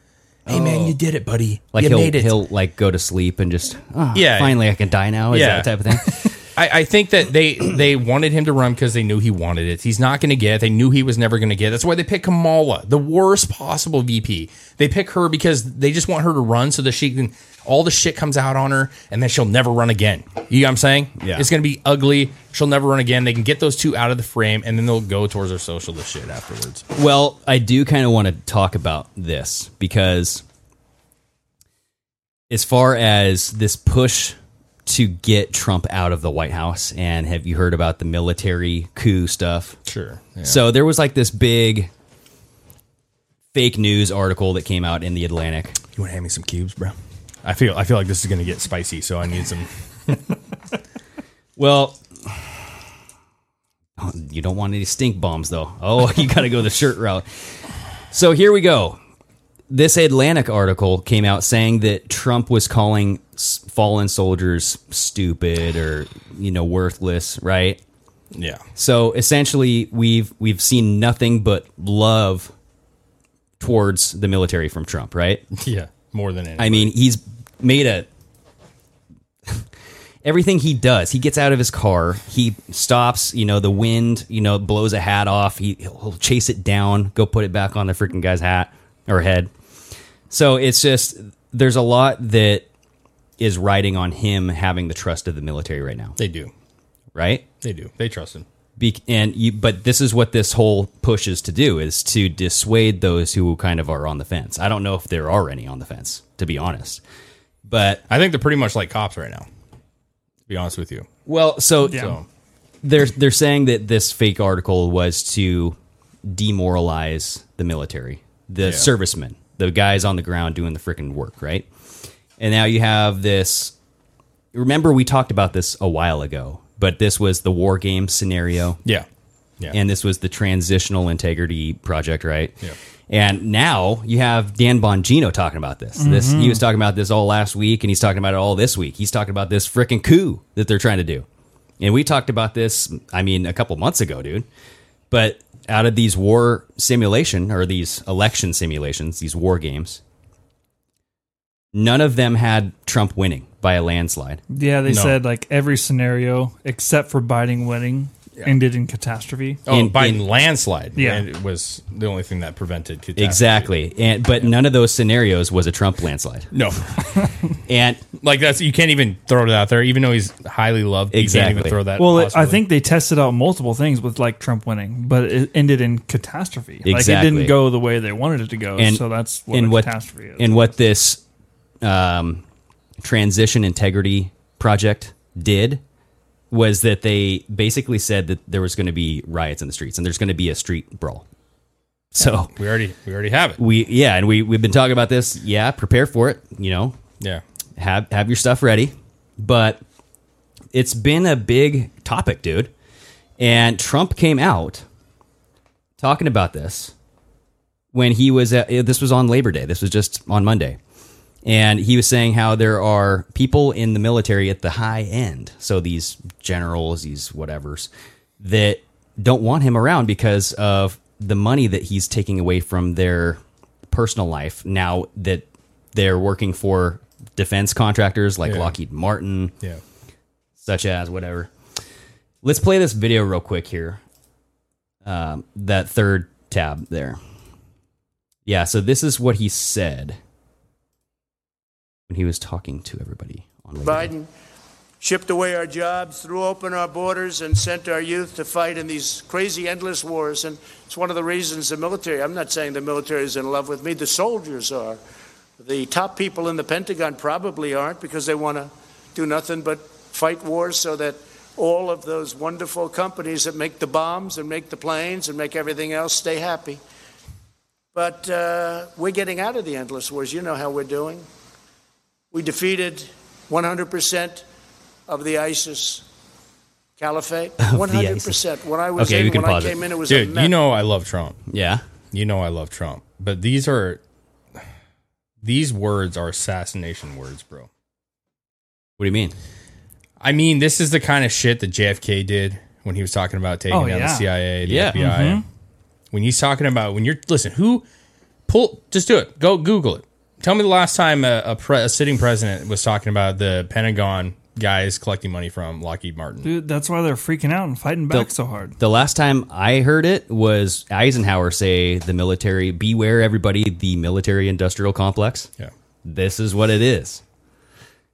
S7: "Oh." "Hey, man, you did it, buddy.
S8: like
S7: you
S8: he'll
S7: made it."
S8: he'll like go to sleep and just "Ah,
S7: Yeah.
S8: Finally, I can die now. Is
S7: Yeah.
S8: that type of thing?
S7: I, I think that they they wanted him to run because they knew he wanted it. He's not going to get it. They knew he was never going to get it. That's why they picked Kamala, the worst possible VP. They pick her because they just want her to run so that she can all the shit comes out on her and then she'll never run again. You know what I'm saying?
S8: Yeah.
S7: It's going to be ugly. She'll never run again. They can get those two out of the frame and then they'll go towards their socialist shit afterwards.
S8: well, I do kind of want to talk about this because as far as this push to get Trump out of the White House, and have you heard about the military coup stuff?
S7: Sure.
S8: So there was like this big fake news article that came out in the Atlantic.
S7: You want to hand me some cubes, bro? I feel I feel like this is going to get spicy, so I need some.
S8: Well, Oh, you don't want any stink bombs, though. Oh, you got to go the shirt route. So here we go. This Atlantic article came out saying that Trump was calling s- fallen soldiers stupid or you know worthless, right?
S7: Yeah.
S8: So essentially, we've we've seen nothing but love towards the military from Trump, right?
S7: Yeah. More than anything.
S8: I mean, he's made a everything he does. He gets out of his car. He stops. You know, the wind. You know, blows a hat off. He he'll chase it down. Go put it back on the freaking guy's hat or head. So it's just there's a lot that is riding on him having the trust of the military right now,
S7: they do.
S8: right?
S7: They do. They trust him.
S8: Be- and you, but this is what this whole push is to do is to dissuade those who kind of are on the fence. I don't know if there are any on the fence, to be honest. But
S7: I think they're pretty much like cops right now. To be honest with you,
S8: well, so,
S9: Yeah.
S8: they're they're saying that this fake article was to demoralize the military, the servicemen, the guys on the ground doing the freaking work, right? And now you have this. Remember, we talked about this a while ago, but this was the war game scenario
S7: yeah,
S8: and this was the transitional integrity project, right?
S7: Yeah.
S8: And now you have Dan Bongino talking about this. This he was talking about this all last week, and he's talking about it all this week. He's talking about this freaking coup that they're trying to do, and we talked about this. I mean, a couple months ago, dude. But out of these war simulation or these election simulations, these war games, none of them had Trump winning by a landslide.
S9: Yeah, they
S7: No.
S9: said like every scenario except for Biden winning ended in catastrophe.
S7: Oh,
S8: In-
S7: by
S8: in-
S7: landslide.
S9: Yeah.
S7: And it was the only thing that prevented catastrophe.
S8: Exactly. And but none of those scenarios was a Trump landslide.
S7: No,
S8: And
S7: like that's you can't even throw it out there, even though he's highly loved. You can't
S8: Exactly.
S7: even throw that.
S9: Well, it, I
S7: possibly.
S9: think they tested out multiple things with like Trump winning, but it ended in catastrophe. Like it
S8: Exactly.
S9: didn't go the way they wanted it to go.
S8: and
S9: so that's what
S8: and
S9: a
S8: what
S9: catastrophe is.
S8: and what this um, transition integrity project did was that they basically said that there was going to be riots in the streets and there's going to be a street brawl. So
S7: we already we already have it.
S8: we yeah, and we we've been talking about this. Yeah, prepare for it. You know,
S7: Yeah.
S8: have have your stuff ready. But it's been a big topic, dude. And Trump came out talking about this when he was at, eh, this was on Labor Day. This was just on Monday. And he was saying how there are people in the military at the high end, so these generals, these whatevers, that don't want him around because of the money that he's taking away from their personal life now that they're working for defense contractors like
S7: Yeah.
S8: Lockheed Martin,
S7: Yeah.
S8: such as whatever. Let's play this video real quick here. Um, that third tab there. Yeah, so this is what he said when he was talking to everybody on Labor Day.
S11: Biden shipped away our jobs, threw open our borders, and sent our youth to fight in these crazy, endless wars. And it's one of the reasons the military, I'm not saying the military is in love with me, the soldiers are. The top people in the Pentagon probably aren't because they want to do nothing but fight wars so that all of those wonderful companies that make the bombs and make the planes and make everything else stay happy. But uh, we're getting out of the endless wars. You know how we're doing. We defeated 100% of the ISIS caliphate.
S8: the
S11: 100%.
S8: ISIS.
S11: When I was
S8: Okay, we
S11: in,
S8: can
S11: when I
S8: pause it.
S11: came in, it was a
S7: Dude,
S11: mess.
S7: you know I love Trump.
S8: Yeah.
S7: You know I love Trump. But these are these words are assassination words, bro.
S8: What do you mean?
S7: I mean, this is the kind of shit that JFK did when he was talking about taking
S9: Oh,
S7: down the
S9: yeah. Mm-hmm.
S7: CIA, the
S8: Yeah.
S7: FBI. When he's talking about when you're listen, who pull just do it. Go Google it. Tell me the last time a, a, pre, a sitting president was talking about the Pentagon guys collecting money from Lockheed Martin.
S9: Dude, that's why they're freaking out and fighting back so hard.
S8: The last time I heard it was Eisenhower say the military, beware everybody, the military industrial complex.
S7: Yeah,
S8: This is what it is.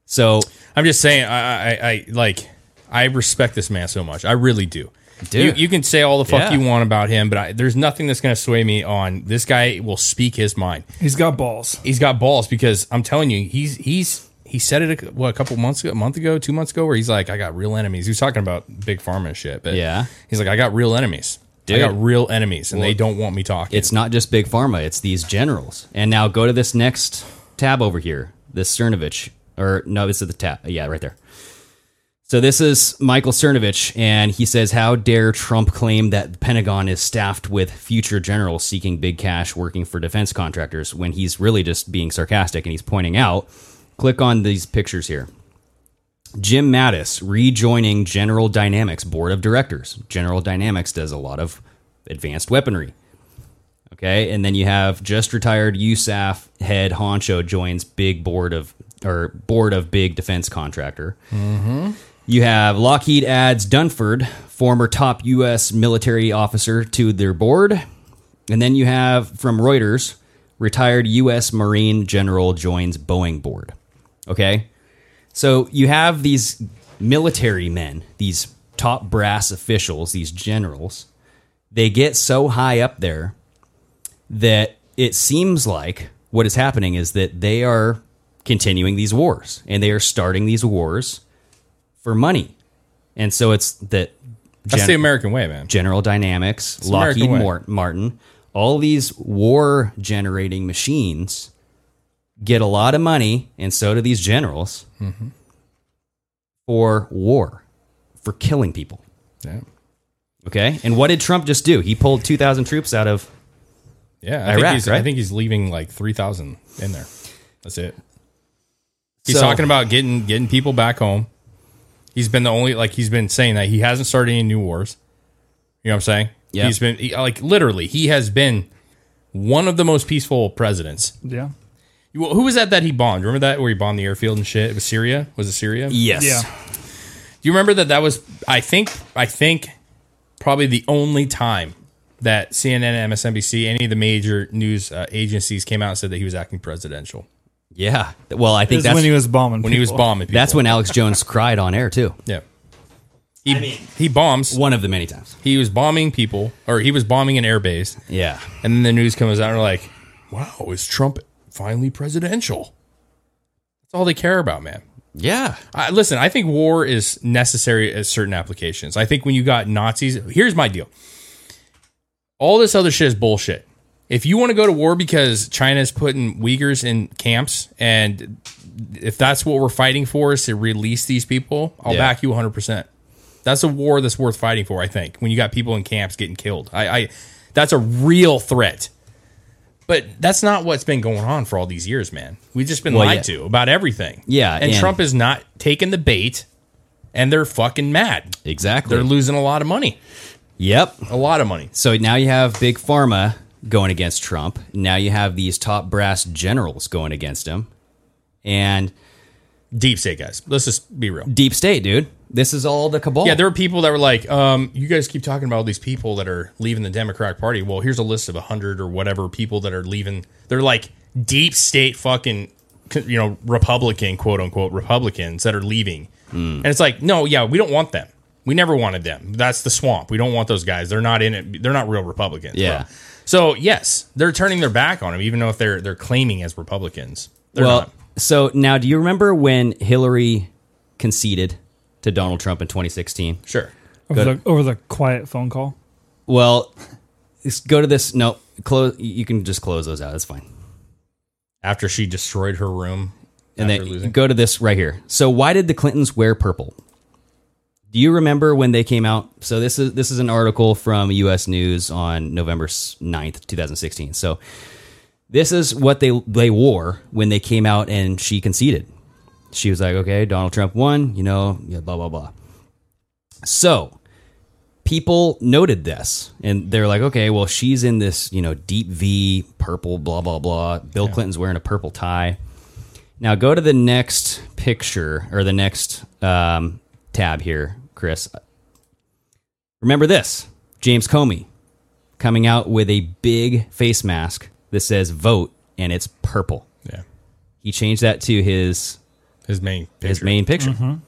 S8: So,
S7: I'm just saying. I, I, I like. I respect this man so much. I really do.
S8: Dude.
S7: You, you can say all the fuck
S8: Yeah.
S7: you want about him, but I, there's nothing that's going to sway me on this guy. Will speak his mind.
S9: He's got balls.
S7: he's got balls because I'm telling you, he's he's he said it a, what a couple months ago, a month ago, two months ago, where he's like, I got real enemies. He was talking about big pharma and shit, but
S8: Yeah.
S7: he's like, I got real enemies.
S8: Dude.
S7: I got real enemies, and they don't want me talking.
S8: it's not just big pharma; it's these generals. And now go to this next tab over here. This Cernovich, or no, this is the tab. Yeah, right there. So this is Michael Cernovich, and he says, "How dare Trump claim that the Pentagon is staffed with future generals seeking big cash working for defense contractors when he's really just being sarcastic?" And he's pointing out, click on these pictures here. Jim Mattis rejoining General Dynamics board of directors. General Dynamics does a lot of advanced weaponry. Okay, and then you have just retired USAF head honcho joins big board of or board of big defense contractor. Mm-hmm. You have Lockheed adds Dunford, former top U.S. military officer, to their board, and then you have from Reuters, retired U.S. Marine general joins Boeing board. Okay, so you have these military men, these top brass officials, these generals. They get so high up there that it seems like what is happening is that they are continuing these wars and they are starting these wars for money. And so it's that
S7: that's
S8: gen-
S7: the American way, man.
S8: General Dynamics,
S7: the American
S8: Lockheed
S7: way.
S8: Mor- Martin, all these war generating machines get a lot of money, and so do these generals
S7: Mm-hmm.
S8: for war, for killing people.
S7: Yeah,
S8: Okay. And what did Trump just do? He pulled 2,000 troops out of
S7: yeah. I, think
S8: Iraq,
S7: he's, I
S8: right?
S7: think he's leaving like three thousand in there. That's it. He's
S8: So-
S7: talking about getting getting people back home. He's been the only like he's been saying that he hasn't started any new wars. You know what I'm saying?
S8: Yeah.
S7: He's been he, like literally he has been one of the most peaceful presidents.
S9: Yeah.
S7: Well, who was that that he bombed? Remember that where he bombed the airfield and shit? It was Syria. Was it Syria?
S8: Yes.
S9: Yeah.
S7: Do you remember that? That was I think I think probably the only time that CNN, MSNBC, any of the major news uh, agencies came out and said that he was acting presidential.
S8: Yeah. Well, I
S9: This
S8: think
S9: is
S8: that's
S9: when he was bombing
S7: When he was
S9: people.
S7: bombing people.
S8: That's when Alex Jones cried on air too.
S7: Yeah. He, he bombs.
S8: One of the many times.
S7: He was bombing people, or he was bombing an airbase.
S8: Yeah.
S7: And then the news comes out and they're like, wow, is Trump finally presidential? That's all they care about, man.
S8: Yeah.
S7: I, listen, I think war is necessary at certain applications. I think when you got Nazis, here's my deal. All this other shit is bullshit. If you want to go to war because China's putting Uyghurs in camps, and if that's what we're fighting for is to release these people, I'll
S8: Yeah.
S7: back you 100%. That's a war that's worth fighting for, I think, when you got people in camps getting killed. I, I That's a real threat. But that's not what's been going on for all these years, man. We've just been
S8: Well,
S7: lied
S8: yeah.
S7: to about everything.
S8: Yeah,
S7: And,
S8: and-
S7: Trump is not taking the bait and they're fucking mad.
S8: Exactly.
S7: They're losing a lot of money.
S8: yep.
S7: A lot of money.
S8: So now you have Big Pharma going against Trump. Now you have these top brass generals going against him. And
S7: Deep state guys. Let's just be real.
S8: deep state, dude. This is all the cabal.
S7: Yeah, there were people that were like, um, you guys keep talking about all these people that are leaving the Democratic Party. Well, here's a list of 100 or whatever people that are leaving. They're like deep state fucking, you know, Republican, quote unquote, Republicans that are leaving.
S8: Hmm.
S7: And it's like, no, yeah, we don't want them. We never wanted them. That's the swamp. We don't want those guys. They're not in it. They're not real Republicans. bro.
S8: Yeah.
S7: So, yes, they're turning their back on them, even though if they're they're claiming as Republicans. They're
S8: well,
S7: not.
S8: so now do you remember when Hillary conceded to Donald Trump in 2016?
S7: Sure.
S9: over
S8: Good.
S9: the, over the quiet phone call.
S8: Well, let's go to this. No, close. You can just close those out. That's fine.
S7: After she destroyed her room.
S8: And
S7: after
S8: then go to this right here. So why did the Clintons wear purple? Do you remember when they came out? So this is this is an article from US News on November s- 9th, 2016. So this is what they they wore when they came out and she conceded. She was like, "Okay, Donald Trump won, you know, yeah, blah blah blah." So, people noted this and they're like, okay, well, she's in this, you know, deep V, purple, blah, blah, blah. Bill Clinton's wearing a purple tie. Now go to the next picture or the next um, tab here, Chris. Remember this James Comey coming out with a big face mask that says vote and it's purple.
S7: Yeah.
S8: He changed that to his
S7: His main picture.
S8: his main picture.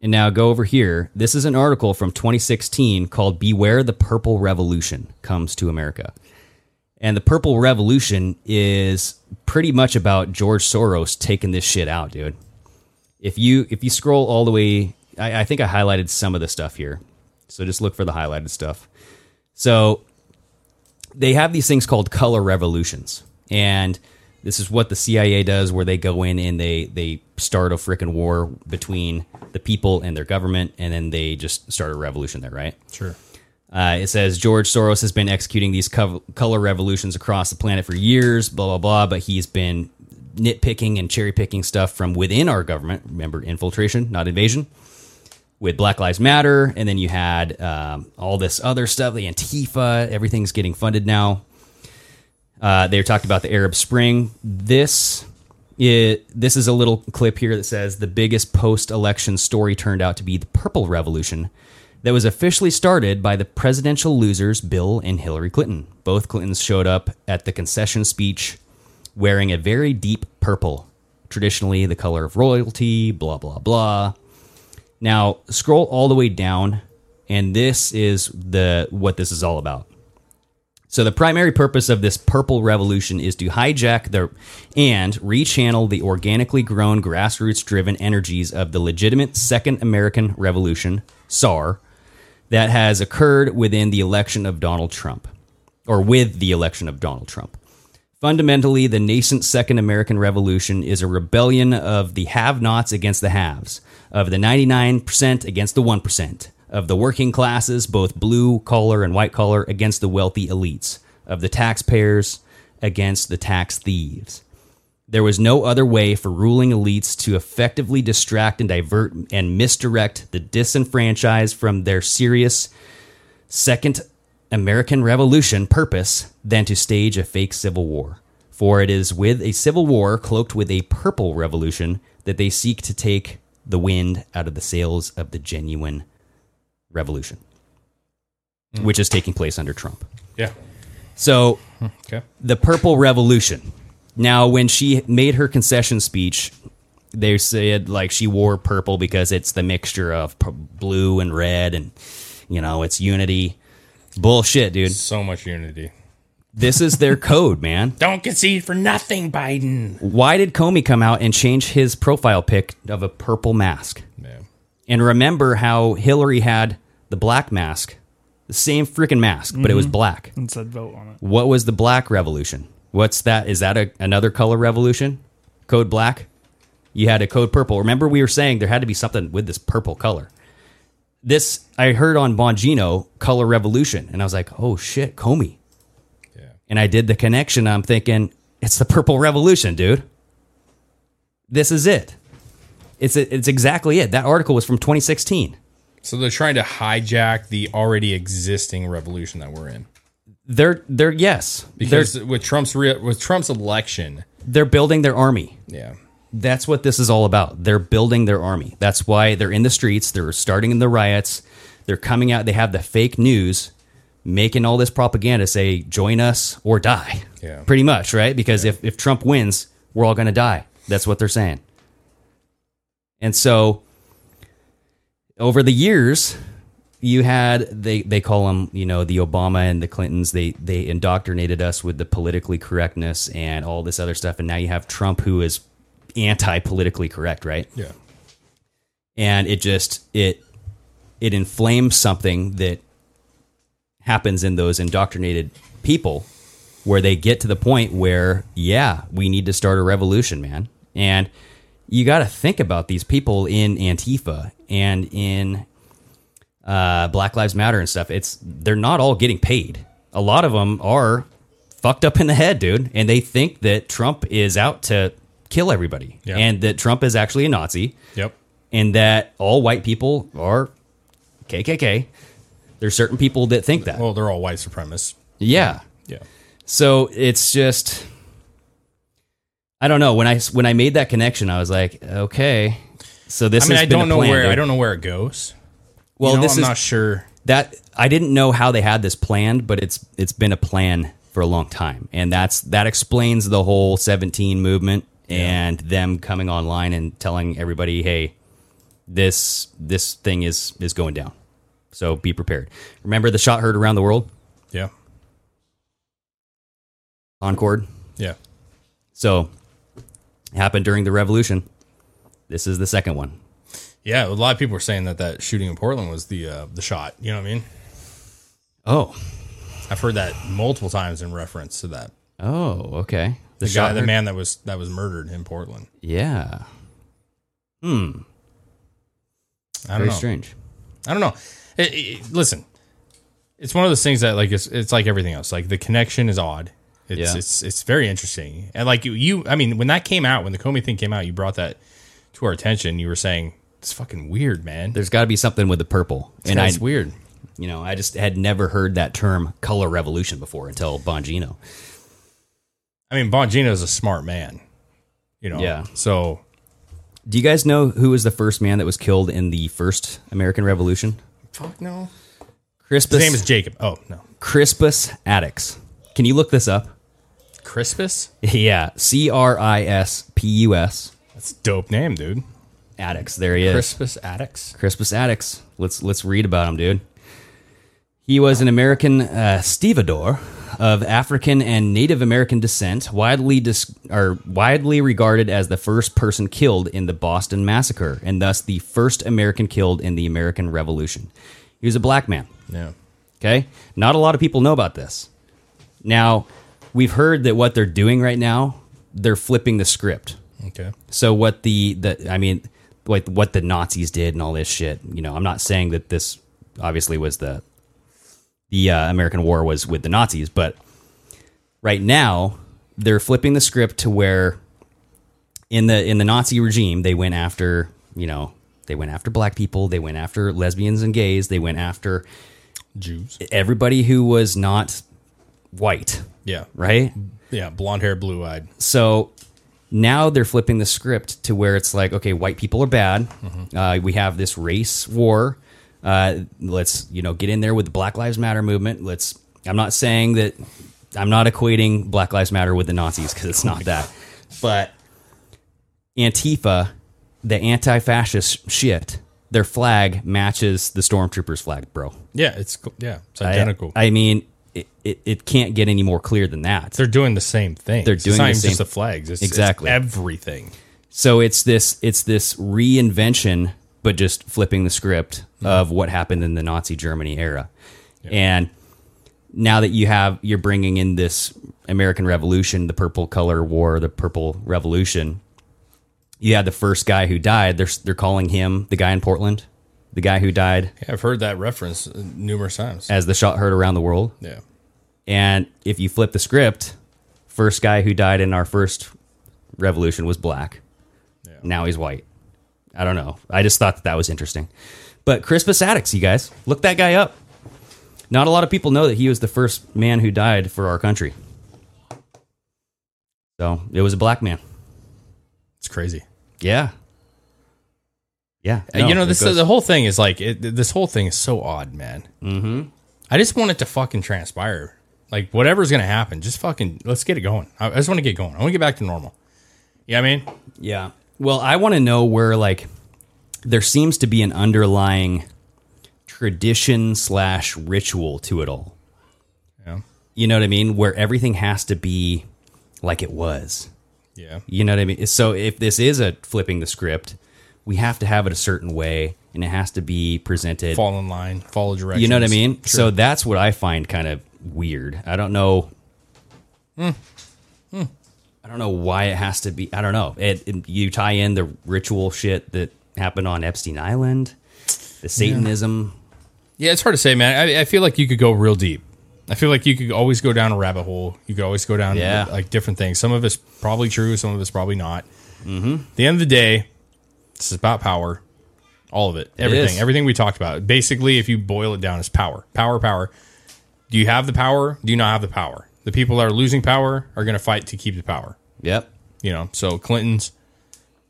S8: And now go over here. This is an article from 2016 called Beware the Purple Revolution Comes to America. And the Purple Revolution is pretty much about George Soros taking this shit out, dude. If you if you scroll all the way, I, I think I highlighted some of the stuff here. So just look for the highlighted stuff. So they have these things called color revolutions and this is what the CIA does where they go in and they they start a freaking war between the people and their government and then they just start a revolution there right
S7: Sure.
S8: uh, it says George Soros has been executing these cov- color revolutions across the planet for years, blah, blah, blah, but he's been nitpicking and cherry picking stuff from within our government. Remember, infiltration, not invasion. With Black Lives Matter, and then you had um, all this other stuff, the Antifa, everything's getting funded now. Uh, they talked about the Arab Spring. This it, this is a little clip here that says the biggest post-election story turned out to be the Purple Revolution that was officially started by the presidential losers Bill and Hillary Clinton. Both Clintons showed up at the concession speech wearing a very deep purple, traditionally the color of royalty, blah blah blah. Now, scroll all the way down and this is the what this is all about. So the primary purpose of this purple revolution is to hijack the and rechannel the organically grown grassroots driven energies of the legitimate second American Revolution, SAR, that has occurred within the election of Donald Trump or with the election of Donald Trump. Fundamentally, the nascent Second American Revolution is a rebellion of the have nots against the haves, of the 99% against the 1%, of the working classes, both blue collar and white collar, against the wealthy elites, of the taxpayers against the tax thieves. There was no other way for ruling elites to effectively distract and divert and misdirect the disenfranchised from their serious second American Revolution purpose than to stage a fake civil war. For it is with a civil war cloaked with a purple revolution that they seek to take the wind out of the sails of the genuine revolution. which is taking place under Trump.
S7: Yeah.
S8: So
S7: Okay.
S8: the Purple Revolution. Now, when she made her concession speech, they said like she wore purple because it's the mixture of p- blue and red, and you know it's unity. Bullshit, dude.
S7: So much unity.
S8: This is their code, man.
S7: Don't concede for nothing, Biden.
S8: Why did Comey come out and change his profile pic of a purple mask?
S7: Yeah.
S8: And remember how Hillary had the black mask, the same freaking mask, but it was black.
S9: and said vote on it.
S8: What was the black revolution? What's that? Is that a, another color revolution? Code black? You had a code purple. Remember, we were saying there had to be something with this purple color. This, I heard on Bongino, color revolution. And I was like, oh shit, Comey. And I did the connection. I'm thinking, it's the purple revolution, dude. This is it. It's, it's exactly it. That article was from 2016.
S7: So they're trying to hijack the already existing revolution that we're in.
S8: They're, they're yes, they're,
S7: Because with Trump's re- with Trump's election,
S8: they're building their army.
S7: yeah,
S8: That's what this is all about. They're building their army. That's why they're in the streets. They're starting in the riots. They're coming out. They have the fake news, making all this propaganda say, join us or die.
S7: Yeah.
S8: Pretty much, right? Because if, if Trump wins, we're all going to die. That's what they're saying. And so over the years, you had they they call them you know the Obama and the Clintons they they indoctrinated us with the politically correctness and all this other stuff and now you have Trump who is anti politically correct right
S7: yeah,
S8: and it just it it inflames something that happens in those indoctrinated people where they get to the point where yeah we need to start a revolution man and you got to think about these people in antifa and in uh, black lives matter and stuff it's they're not all getting paid a lot of them are fucked up in the head dude and they think that trump is out to kill everybody
S7: Yeah.
S8: and that trump is actually a nazi
S7: yep,
S8: and that all white people are KKK. There's certain people that think that.
S7: Well, they're all white supremacists.
S8: yeah.
S7: Yeah,
S8: So it's just I don't know when I when I made that connection I was like, okay. So this
S7: I mean,
S8: has
S7: I
S8: been
S7: don't
S8: a
S7: know
S8: plan,
S7: where
S8: dude.
S7: I don't know where it goes.
S8: Well,
S7: You know,
S8: this
S7: I'm
S8: is
S7: not sure.
S8: that I didn't know how they had this planned, but it's it's been a plan for a long time, and that's that explains the whole 17 movement and them coming online and telling everybody, hey, this this thing is is going down, so be prepared. Remember the shot heard around the world,
S7: Yeah,
S8: Concord.
S7: yeah,
S8: So happened during the revolution. This is the second one.
S7: yeah. A lot of people were saying that that shooting in Portland was the uh, the shot. You know what I mean?
S8: Oh,
S7: I've heard that multiple times in reference to that.
S8: oh, okay.
S7: The, guy, the
S8: heard-
S7: man that was that was murdered in Portland.
S8: Yeah. Hmm.
S7: I don't
S8: Very
S7: know.
S8: strange.
S7: I don't know. It- it- listen, it's one of those things that like it's, it's like everything else. Like the connection is odd. It's
S8: Yeah.
S7: it's it's very interesting. And like you, you, I mean, when that came out, when the Comey thing came out, you brought that to our attention. You were saying it's fucking weird, man.
S8: There's got to be something with the purple, and I,
S7: it's weird.
S8: you know, I just had never heard that term "color revolution" before until Bongino.
S7: I mean, Bongino's a smart man. You know.
S8: Yeah.
S7: So
S8: Do you guys know who was the first man that was killed in the first American Revolution?
S7: fuck no.
S8: Crispus.
S7: His name is Jacob. Oh no,
S8: Crispus Attucks. Can you look this up?
S7: Crispus.
S8: yeah, C R I S P U S
S7: That's a dope name, dude.
S8: Attucks. There he is.
S7: Crispus Attucks.
S8: Crispus Attucks. Let's let's read about him, dude. He was an American uh, stevedore of African and Native American descent, widely dis- or widely regarded as the first person killed in the Boston Massacre, and thus the first American killed in the American Revolution. He was a black man.
S7: Yeah.
S8: Okay. Not a lot of people know about this. Now, we've heard that what they're doing right now, they're flipping the script.
S7: Okay.
S8: So what the the I mean, like what the Nazis did and all this shit. You know, I'm not saying that this obviously was the the uh, American War was with the Nazis, but right now they're flipping the script to where in the in the Nazi regime they went after you know they went after black people, they went after lesbians and gays, they went after
S7: Jews.
S8: everybody who was not white,
S7: Yeah.
S8: right?
S7: Yeah. Blonde hair, blue eyed.
S8: so now they're flipping the
S7: Mm-hmm.
S8: script to where it's like, okay, white people are bad. Uh, we have this race war. Uh, let's you know get in there with the Black Lives Matter movement. Let's. I'm not saying that. I'm not equating Black Lives Matter with the Nazis because it's not that. But Antifa, the anti-fascist shit, their flag matches the stormtroopers' flag, bro.
S7: Yeah, it's co- yeah, it's
S8: I-
S7: identical.
S8: I, mean, it, it, it can't get any more clear than that.
S7: They're doing the same thing.
S8: They're
S7: It's
S8: doing
S7: not
S8: the
S7: even
S8: same
S7: just the flags. It's,
S8: Exactly.
S7: it's everything.
S8: So it's this it's this reinvention, but just flipping the script of what happened in the Nazi Germany era, and now that you have you're bringing in this American Revolution, the Purple Color War, the Purple Revolution. You had the first guy who died. They're they're calling him the guy in Portland, the guy who died
S7: Yeah, I've heard that reference uh, numerous times.
S8: as the shot heard around the world.
S7: yeah,
S8: And if you flip the script, first guy who died in our first revolution was black. Now he's white. I don't know. I just thought that that was interesting. But Crispus Attucks, you guys, look that guy up. Not a lot of people know that he was the first man who died for our country. So it was a black man.
S7: it's crazy.
S8: Yeah. Yeah.
S7: Uh, you
S8: No,
S7: know,
S8: it
S7: this
S8: goes-
S7: the whole thing is like it, this whole thing is so odd, man. Mm-hmm. I just want it to fucking transpire. Like whatever's gonna happen, just fucking let's get it going. I, I just want to get going. I want to get back to normal. Yeah, I mean,
S8: Yeah. Well, I want to know where like there seems to be an underlying tradition slash ritual to it all.
S7: yeah,
S8: You know what I mean? Where everything has to be like it was.
S7: yeah,
S8: You know what I mean? So if this is a flipping the script, we have to have it a certain way and it has to be presented.
S7: fall in line, follow directions.
S8: you know what I mean?
S7: Sure.
S8: So that's what I find kind of weird. I don't know.
S7: Hmm.
S8: I don't know why it has to be. I don't know. It, it- you tie in the ritual shit that happened on Epstein Island, the Satanism.
S7: Yeah, it's hard to say, man. I, I feel like you could go real deep. I feel like you could always go down a rabbit hole. You could always go down
S8: Yeah.
S7: like different things. Some of it's probably true, some of it's probably not. Mm-hmm. At the end of the day, this is about power. All of it, everything,
S8: is.
S7: everything we talked about. Basically, if you boil it down, it's power, power, power. Do you have the power? Do you not have the power? The people that are losing power are going to fight to keep the power.
S8: Yep.
S7: You know, so Clinton's,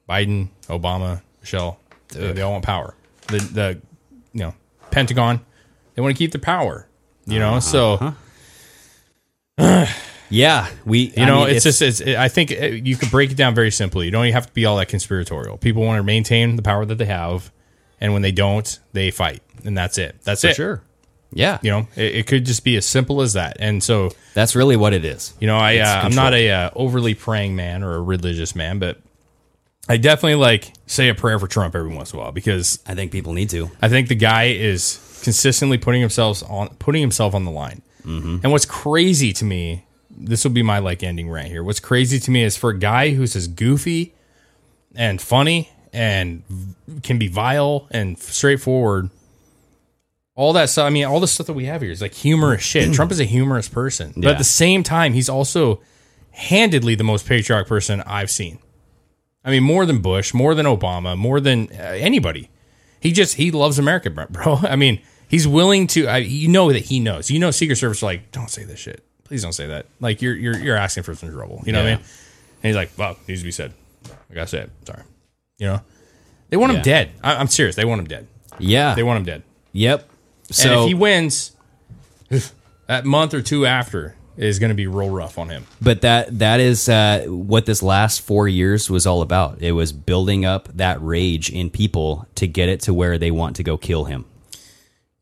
S7: Biden, Obama, Michelle, they, they all want power. The the you know Pentagon, they want to keep the power. You
S8: Uh-huh.
S7: know, so
S8: Yeah. We.
S7: you know it's, just it's. It, I think uh you could break it down very simply. You don't even have to be all that conspiratorial. People want to maintain the power that they have, and when they don't, they fight, and that's it. That's
S8: for
S7: it.
S8: sure. Yeah.
S7: You know, it, it could just be as simple as that. And so
S8: that's really what it is.
S7: You know, I
S8: It's
S7: uh, I'm
S8: control.
S7: not a uh, overly praying man or a religious man, but I definitely like say a prayer for Trump every once in a while because
S8: I think people need to.
S7: I think the guy is consistently putting himself on putting himself on the line. And what's crazy to me, this will be my like ending rant here. What's crazy to me is for a guy who's as goofy and funny and v- can be vile and straightforward. All that stuff. I mean, all the stuff that we have here is like humorous shit. Trump is a humorous person, but
S8: Yeah.
S7: at the same time, he's also handedly the most patriotic person I've seen. I mean, more than Bush, more than Obama, more than uh, anybody. He just he loves America, bro- bro. I mean, he's willing to. I, you know that he knows. You know, Secret Service are like, don't say this shit. Please don't say that. Like you're you're you're asking for some trouble. You know what I
S8: Yeah.
S7: mean? And he's like, well, needs to be said. I gotta say it. Sorry. You know, they want
S8: Yeah.
S7: him dead. I, I'm serious. They want him dead.
S8: Yeah.
S7: They want him dead.
S8: Yep. So
S7: and if he wins, that month or two after is going to be real rough on him.
S8: but that that is uh, what this last four years was all about. It was building up that rage in people to get it to where they want to go kill him.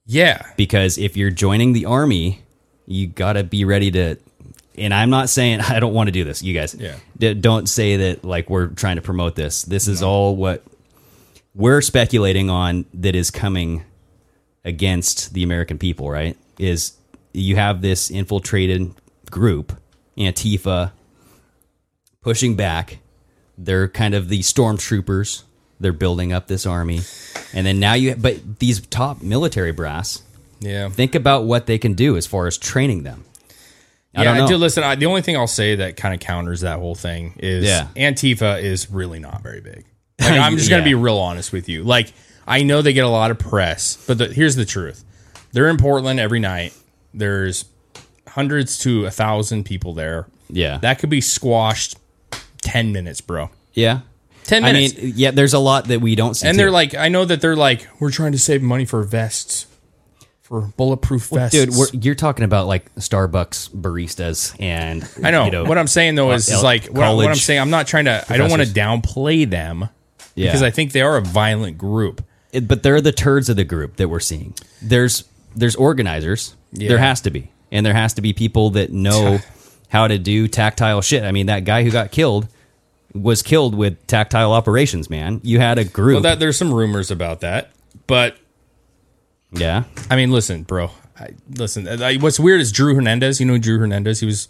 S7: Yeah.
S8: Because if you're joining the army, you gotta be ready to. And I'm not saying I don't want to do this, you guys.
S7: Yeah.
S8: D- don't say that like we're trying to promote this. This is all what we're speculating on that is coming against the American people, right? Is you have this infiltrated group, Antifa, pushing back. They're kind of the stormtroopers. They're building up this army. And then now you, but these top military brass,
S7: Yeah.
S8: think about what they can do as far as training them. I
S7: yeah,
S8: don't know.
S7: do listen. I, the only thing I'll say that kind of counters that whole thing is
S8: Yeah.
S7: Antifa is really not very big. Like, I'm just gonna
S8: Yeah.
S7: be real honest with you. Like I know they get a lot of press, but the, here's the truth: they're in Portland every night. There's hundreds to a thousand people there.
S8: Yeah.
S7: that could be squashed ten minutes, bro.
S8: yeah.
S7: Ten
S8: I
S7: minutes.
S8: mean, yeah, there's a lot that we don't see.
S7: and they're
S8: too.
S7: like, I know that they're like, we're trying to save money for vests, for bulletproof
S8: Well,
S7: vests.
S8: dude, we're, you're talking about like Starbucks baristas, and
S7: I know.
S8: you know
S7: what I'm saying though is, is
S8: el-
S7: like what, I, what I'm
S8: college
S7: saying. I'm not trying to. I don't want to
S8: professors.
S7: downplay them
S8: Yeah.
S7: because I think they are a violent group.
S8: It- but they're the turds of the group that we're seeing. There's there's organizers.
S7: Yeah.
S8: There has to be, and there has to be people that know how to do tactile shit. I mean, that guy who got killed was killed with tactile operations. Man, you had a group.
S7: Well, that there's some rumors about that, but
S8: yeah,
S7: I mean, listen, bro. I, listen, I, what's weird is Drew Hernandez. You know Drew Hernandez. He was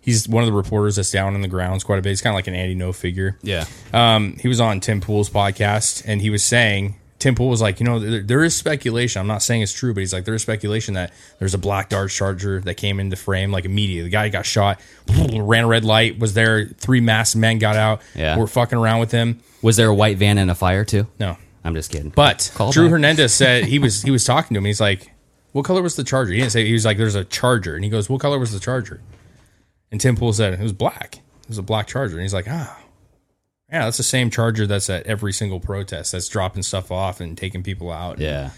S7: he's one of the reporters that's down on the grounds quite a bit. He's kind of like an Andy No figure.
S8: yeah.
S7: Um, he was on Tim Pool's podcast, and he was saying Tim Pool was like, you know, there, there is speculation. I'm not saying it's true, but he's like, there is speculation that there's a black dart charger that came into frame like immediately. The guy got shot, ran a red light, was there. Three masked men got out.
S8: Yeah.
S7: were fucking around with him.
S8: Was there a white van and a fire too?
S7: No,
S8: I'm just kidding.
S7: but
S8: Call
S7: Drew
S8: back.
S7: Hernandez said he was he was talking to him. He's like, "What color was the charger?" He didn't say. He was like, "There's a charger," and he goes, "What color was the charger?" And Tim Pool said it was black. It was a black charger, and he's like, "Ah, yeah, that's the same charger that's at every single protest. That's dropping stuff off and taking people out."
S8: yeah,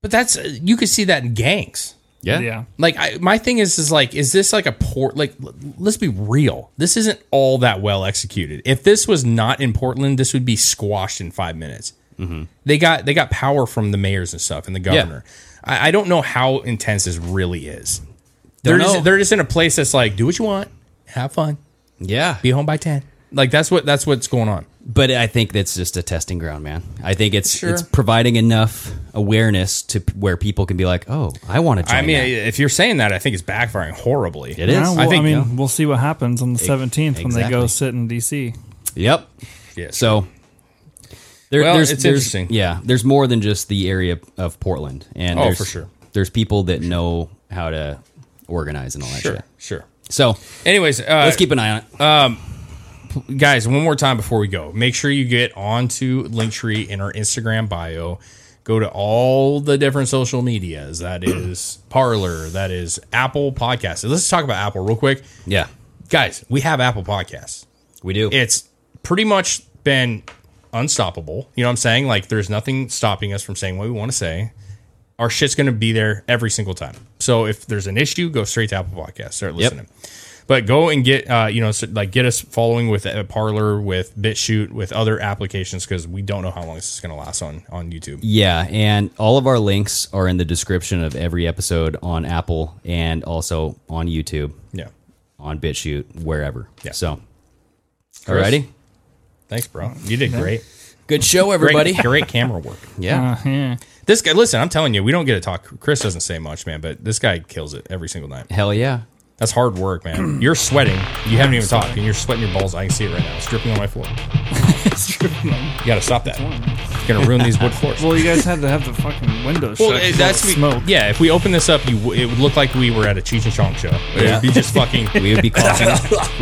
S7: but that's you could see that in gangs.
S8: yeah,
S9: Yeah.
S7: Like I, my thing is is like is this like a port like l- let's be real. This isn't all that well executed. If this was not in Portland, this would be squashed in 5 minutes.
S8: Mm-hmm.
S7: They got they got power from the mayors and stuff and the governor. I, I don't know how intense this really is. They're
S8: Don't know.
S7: just, they're just in a place that's like do what you want, have fun,
S8: yeah.
S7: be home by 10. Like that's what that's what's going on.
S8: but I think that's just a testing ground, man. I think it's
S7: Sure.
S8: it's providing enough awareness to p- where people can be like, oh, I want to. Join
S7: I mean,
S8: that.
S7: if you're saying that, I think it's backfiring horribly.
S8: it is.
S9: Yeah, well, I,
S7: think-
S9: mean,
S7: yeah.
S9: we'll see what happens on the 17th when they
S8: exactly.
S9: go sit in D.C.
S8: Yep.
S7: Yes.
S8: So there,
S7: Well,
S8: there's,
S7: it's
S8: there's-
S7: interesting.
S8: Yeah, there's more than just the area of Portland, and
S7: Oh,
S8: there's-
S7: for sure.
S8: there's people that know how to organize and all that
S7: sure,
S8: shit.
S7: sure.
S8: So
S7: Anyways, uh,
S8: let's keep an eye on it.
S7: guys, one more time before we go, make sure you get onto Linktree in our Instagram bio. Go to all the different social medias. That is Parlor. That is Apple Podcasts. Let's talk about Apple real quick,
S8: yeah,
S7: guys. We have Apple Podcasts.
S8: we do.
S7: It's pretty much been unstoppable. You know what I'm saying? Like, there's nothing stopping us from saying what we want to say. Our shit's going to be there every single time. So if there's an issue, go straight to Apple Podcasts. Start listening. But go and get, uh, you know, so- like get us following with uh, Parlor, with BitChute, with other applications because we don't know how long this is going to last on on YouTube.
S8: Yeah, and all of our links are in the description of every episode on Apple and also on YouTube,
S7: Yeah.
S8: on BitChute, wherever.
S7: Yeah.
S8: So,
S7: Chris?
S8: alrighty,
S7: Thanks, bro. You did great.
S8: good show, everybody. Uh-huh.
S7: Great, great camera work.
S8: Yeah,
S7: This guy, listen, I'm telling you, we don't get to talk. Chris doesn't say much, man, but this guy kills it every single night.
S8: hell yeah.
S7: That's hard work, man. You're sweating. You haven't even talked, and you're sweating your balls. I can see it right now. It's dripping on my floor. You gotta stop that. It's gonna ruin these wood floors.
S9: Well, you guys had to have the fucking windows shut.
S7: eh,
S9: 'cause all the
S7: we-
S9: smoke.
S7: Yeah, if we open this up, you w- it would look like we were at a Cheech and Chong show. It would be just fucking.
S8: We would be coughing.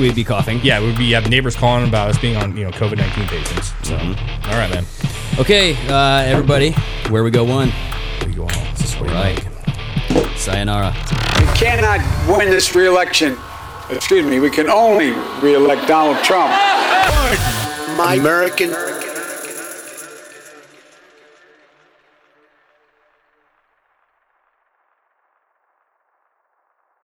S8: We'd be coughing.
S7: yeah, it would be. You have neighbors calling about us being on, you know, COVID nineteen patients. So,
S9: Mm-hmm.
S7: all right, man.
S8: Okay, uh, everybody, where we go one.
S7: We go on. This is what we
S8: Right.
S7: like.
S8: Sayonara.
S10: We cannot win this re-election. Excuse me, we can only re-elect Donald Trump.
S1: My American.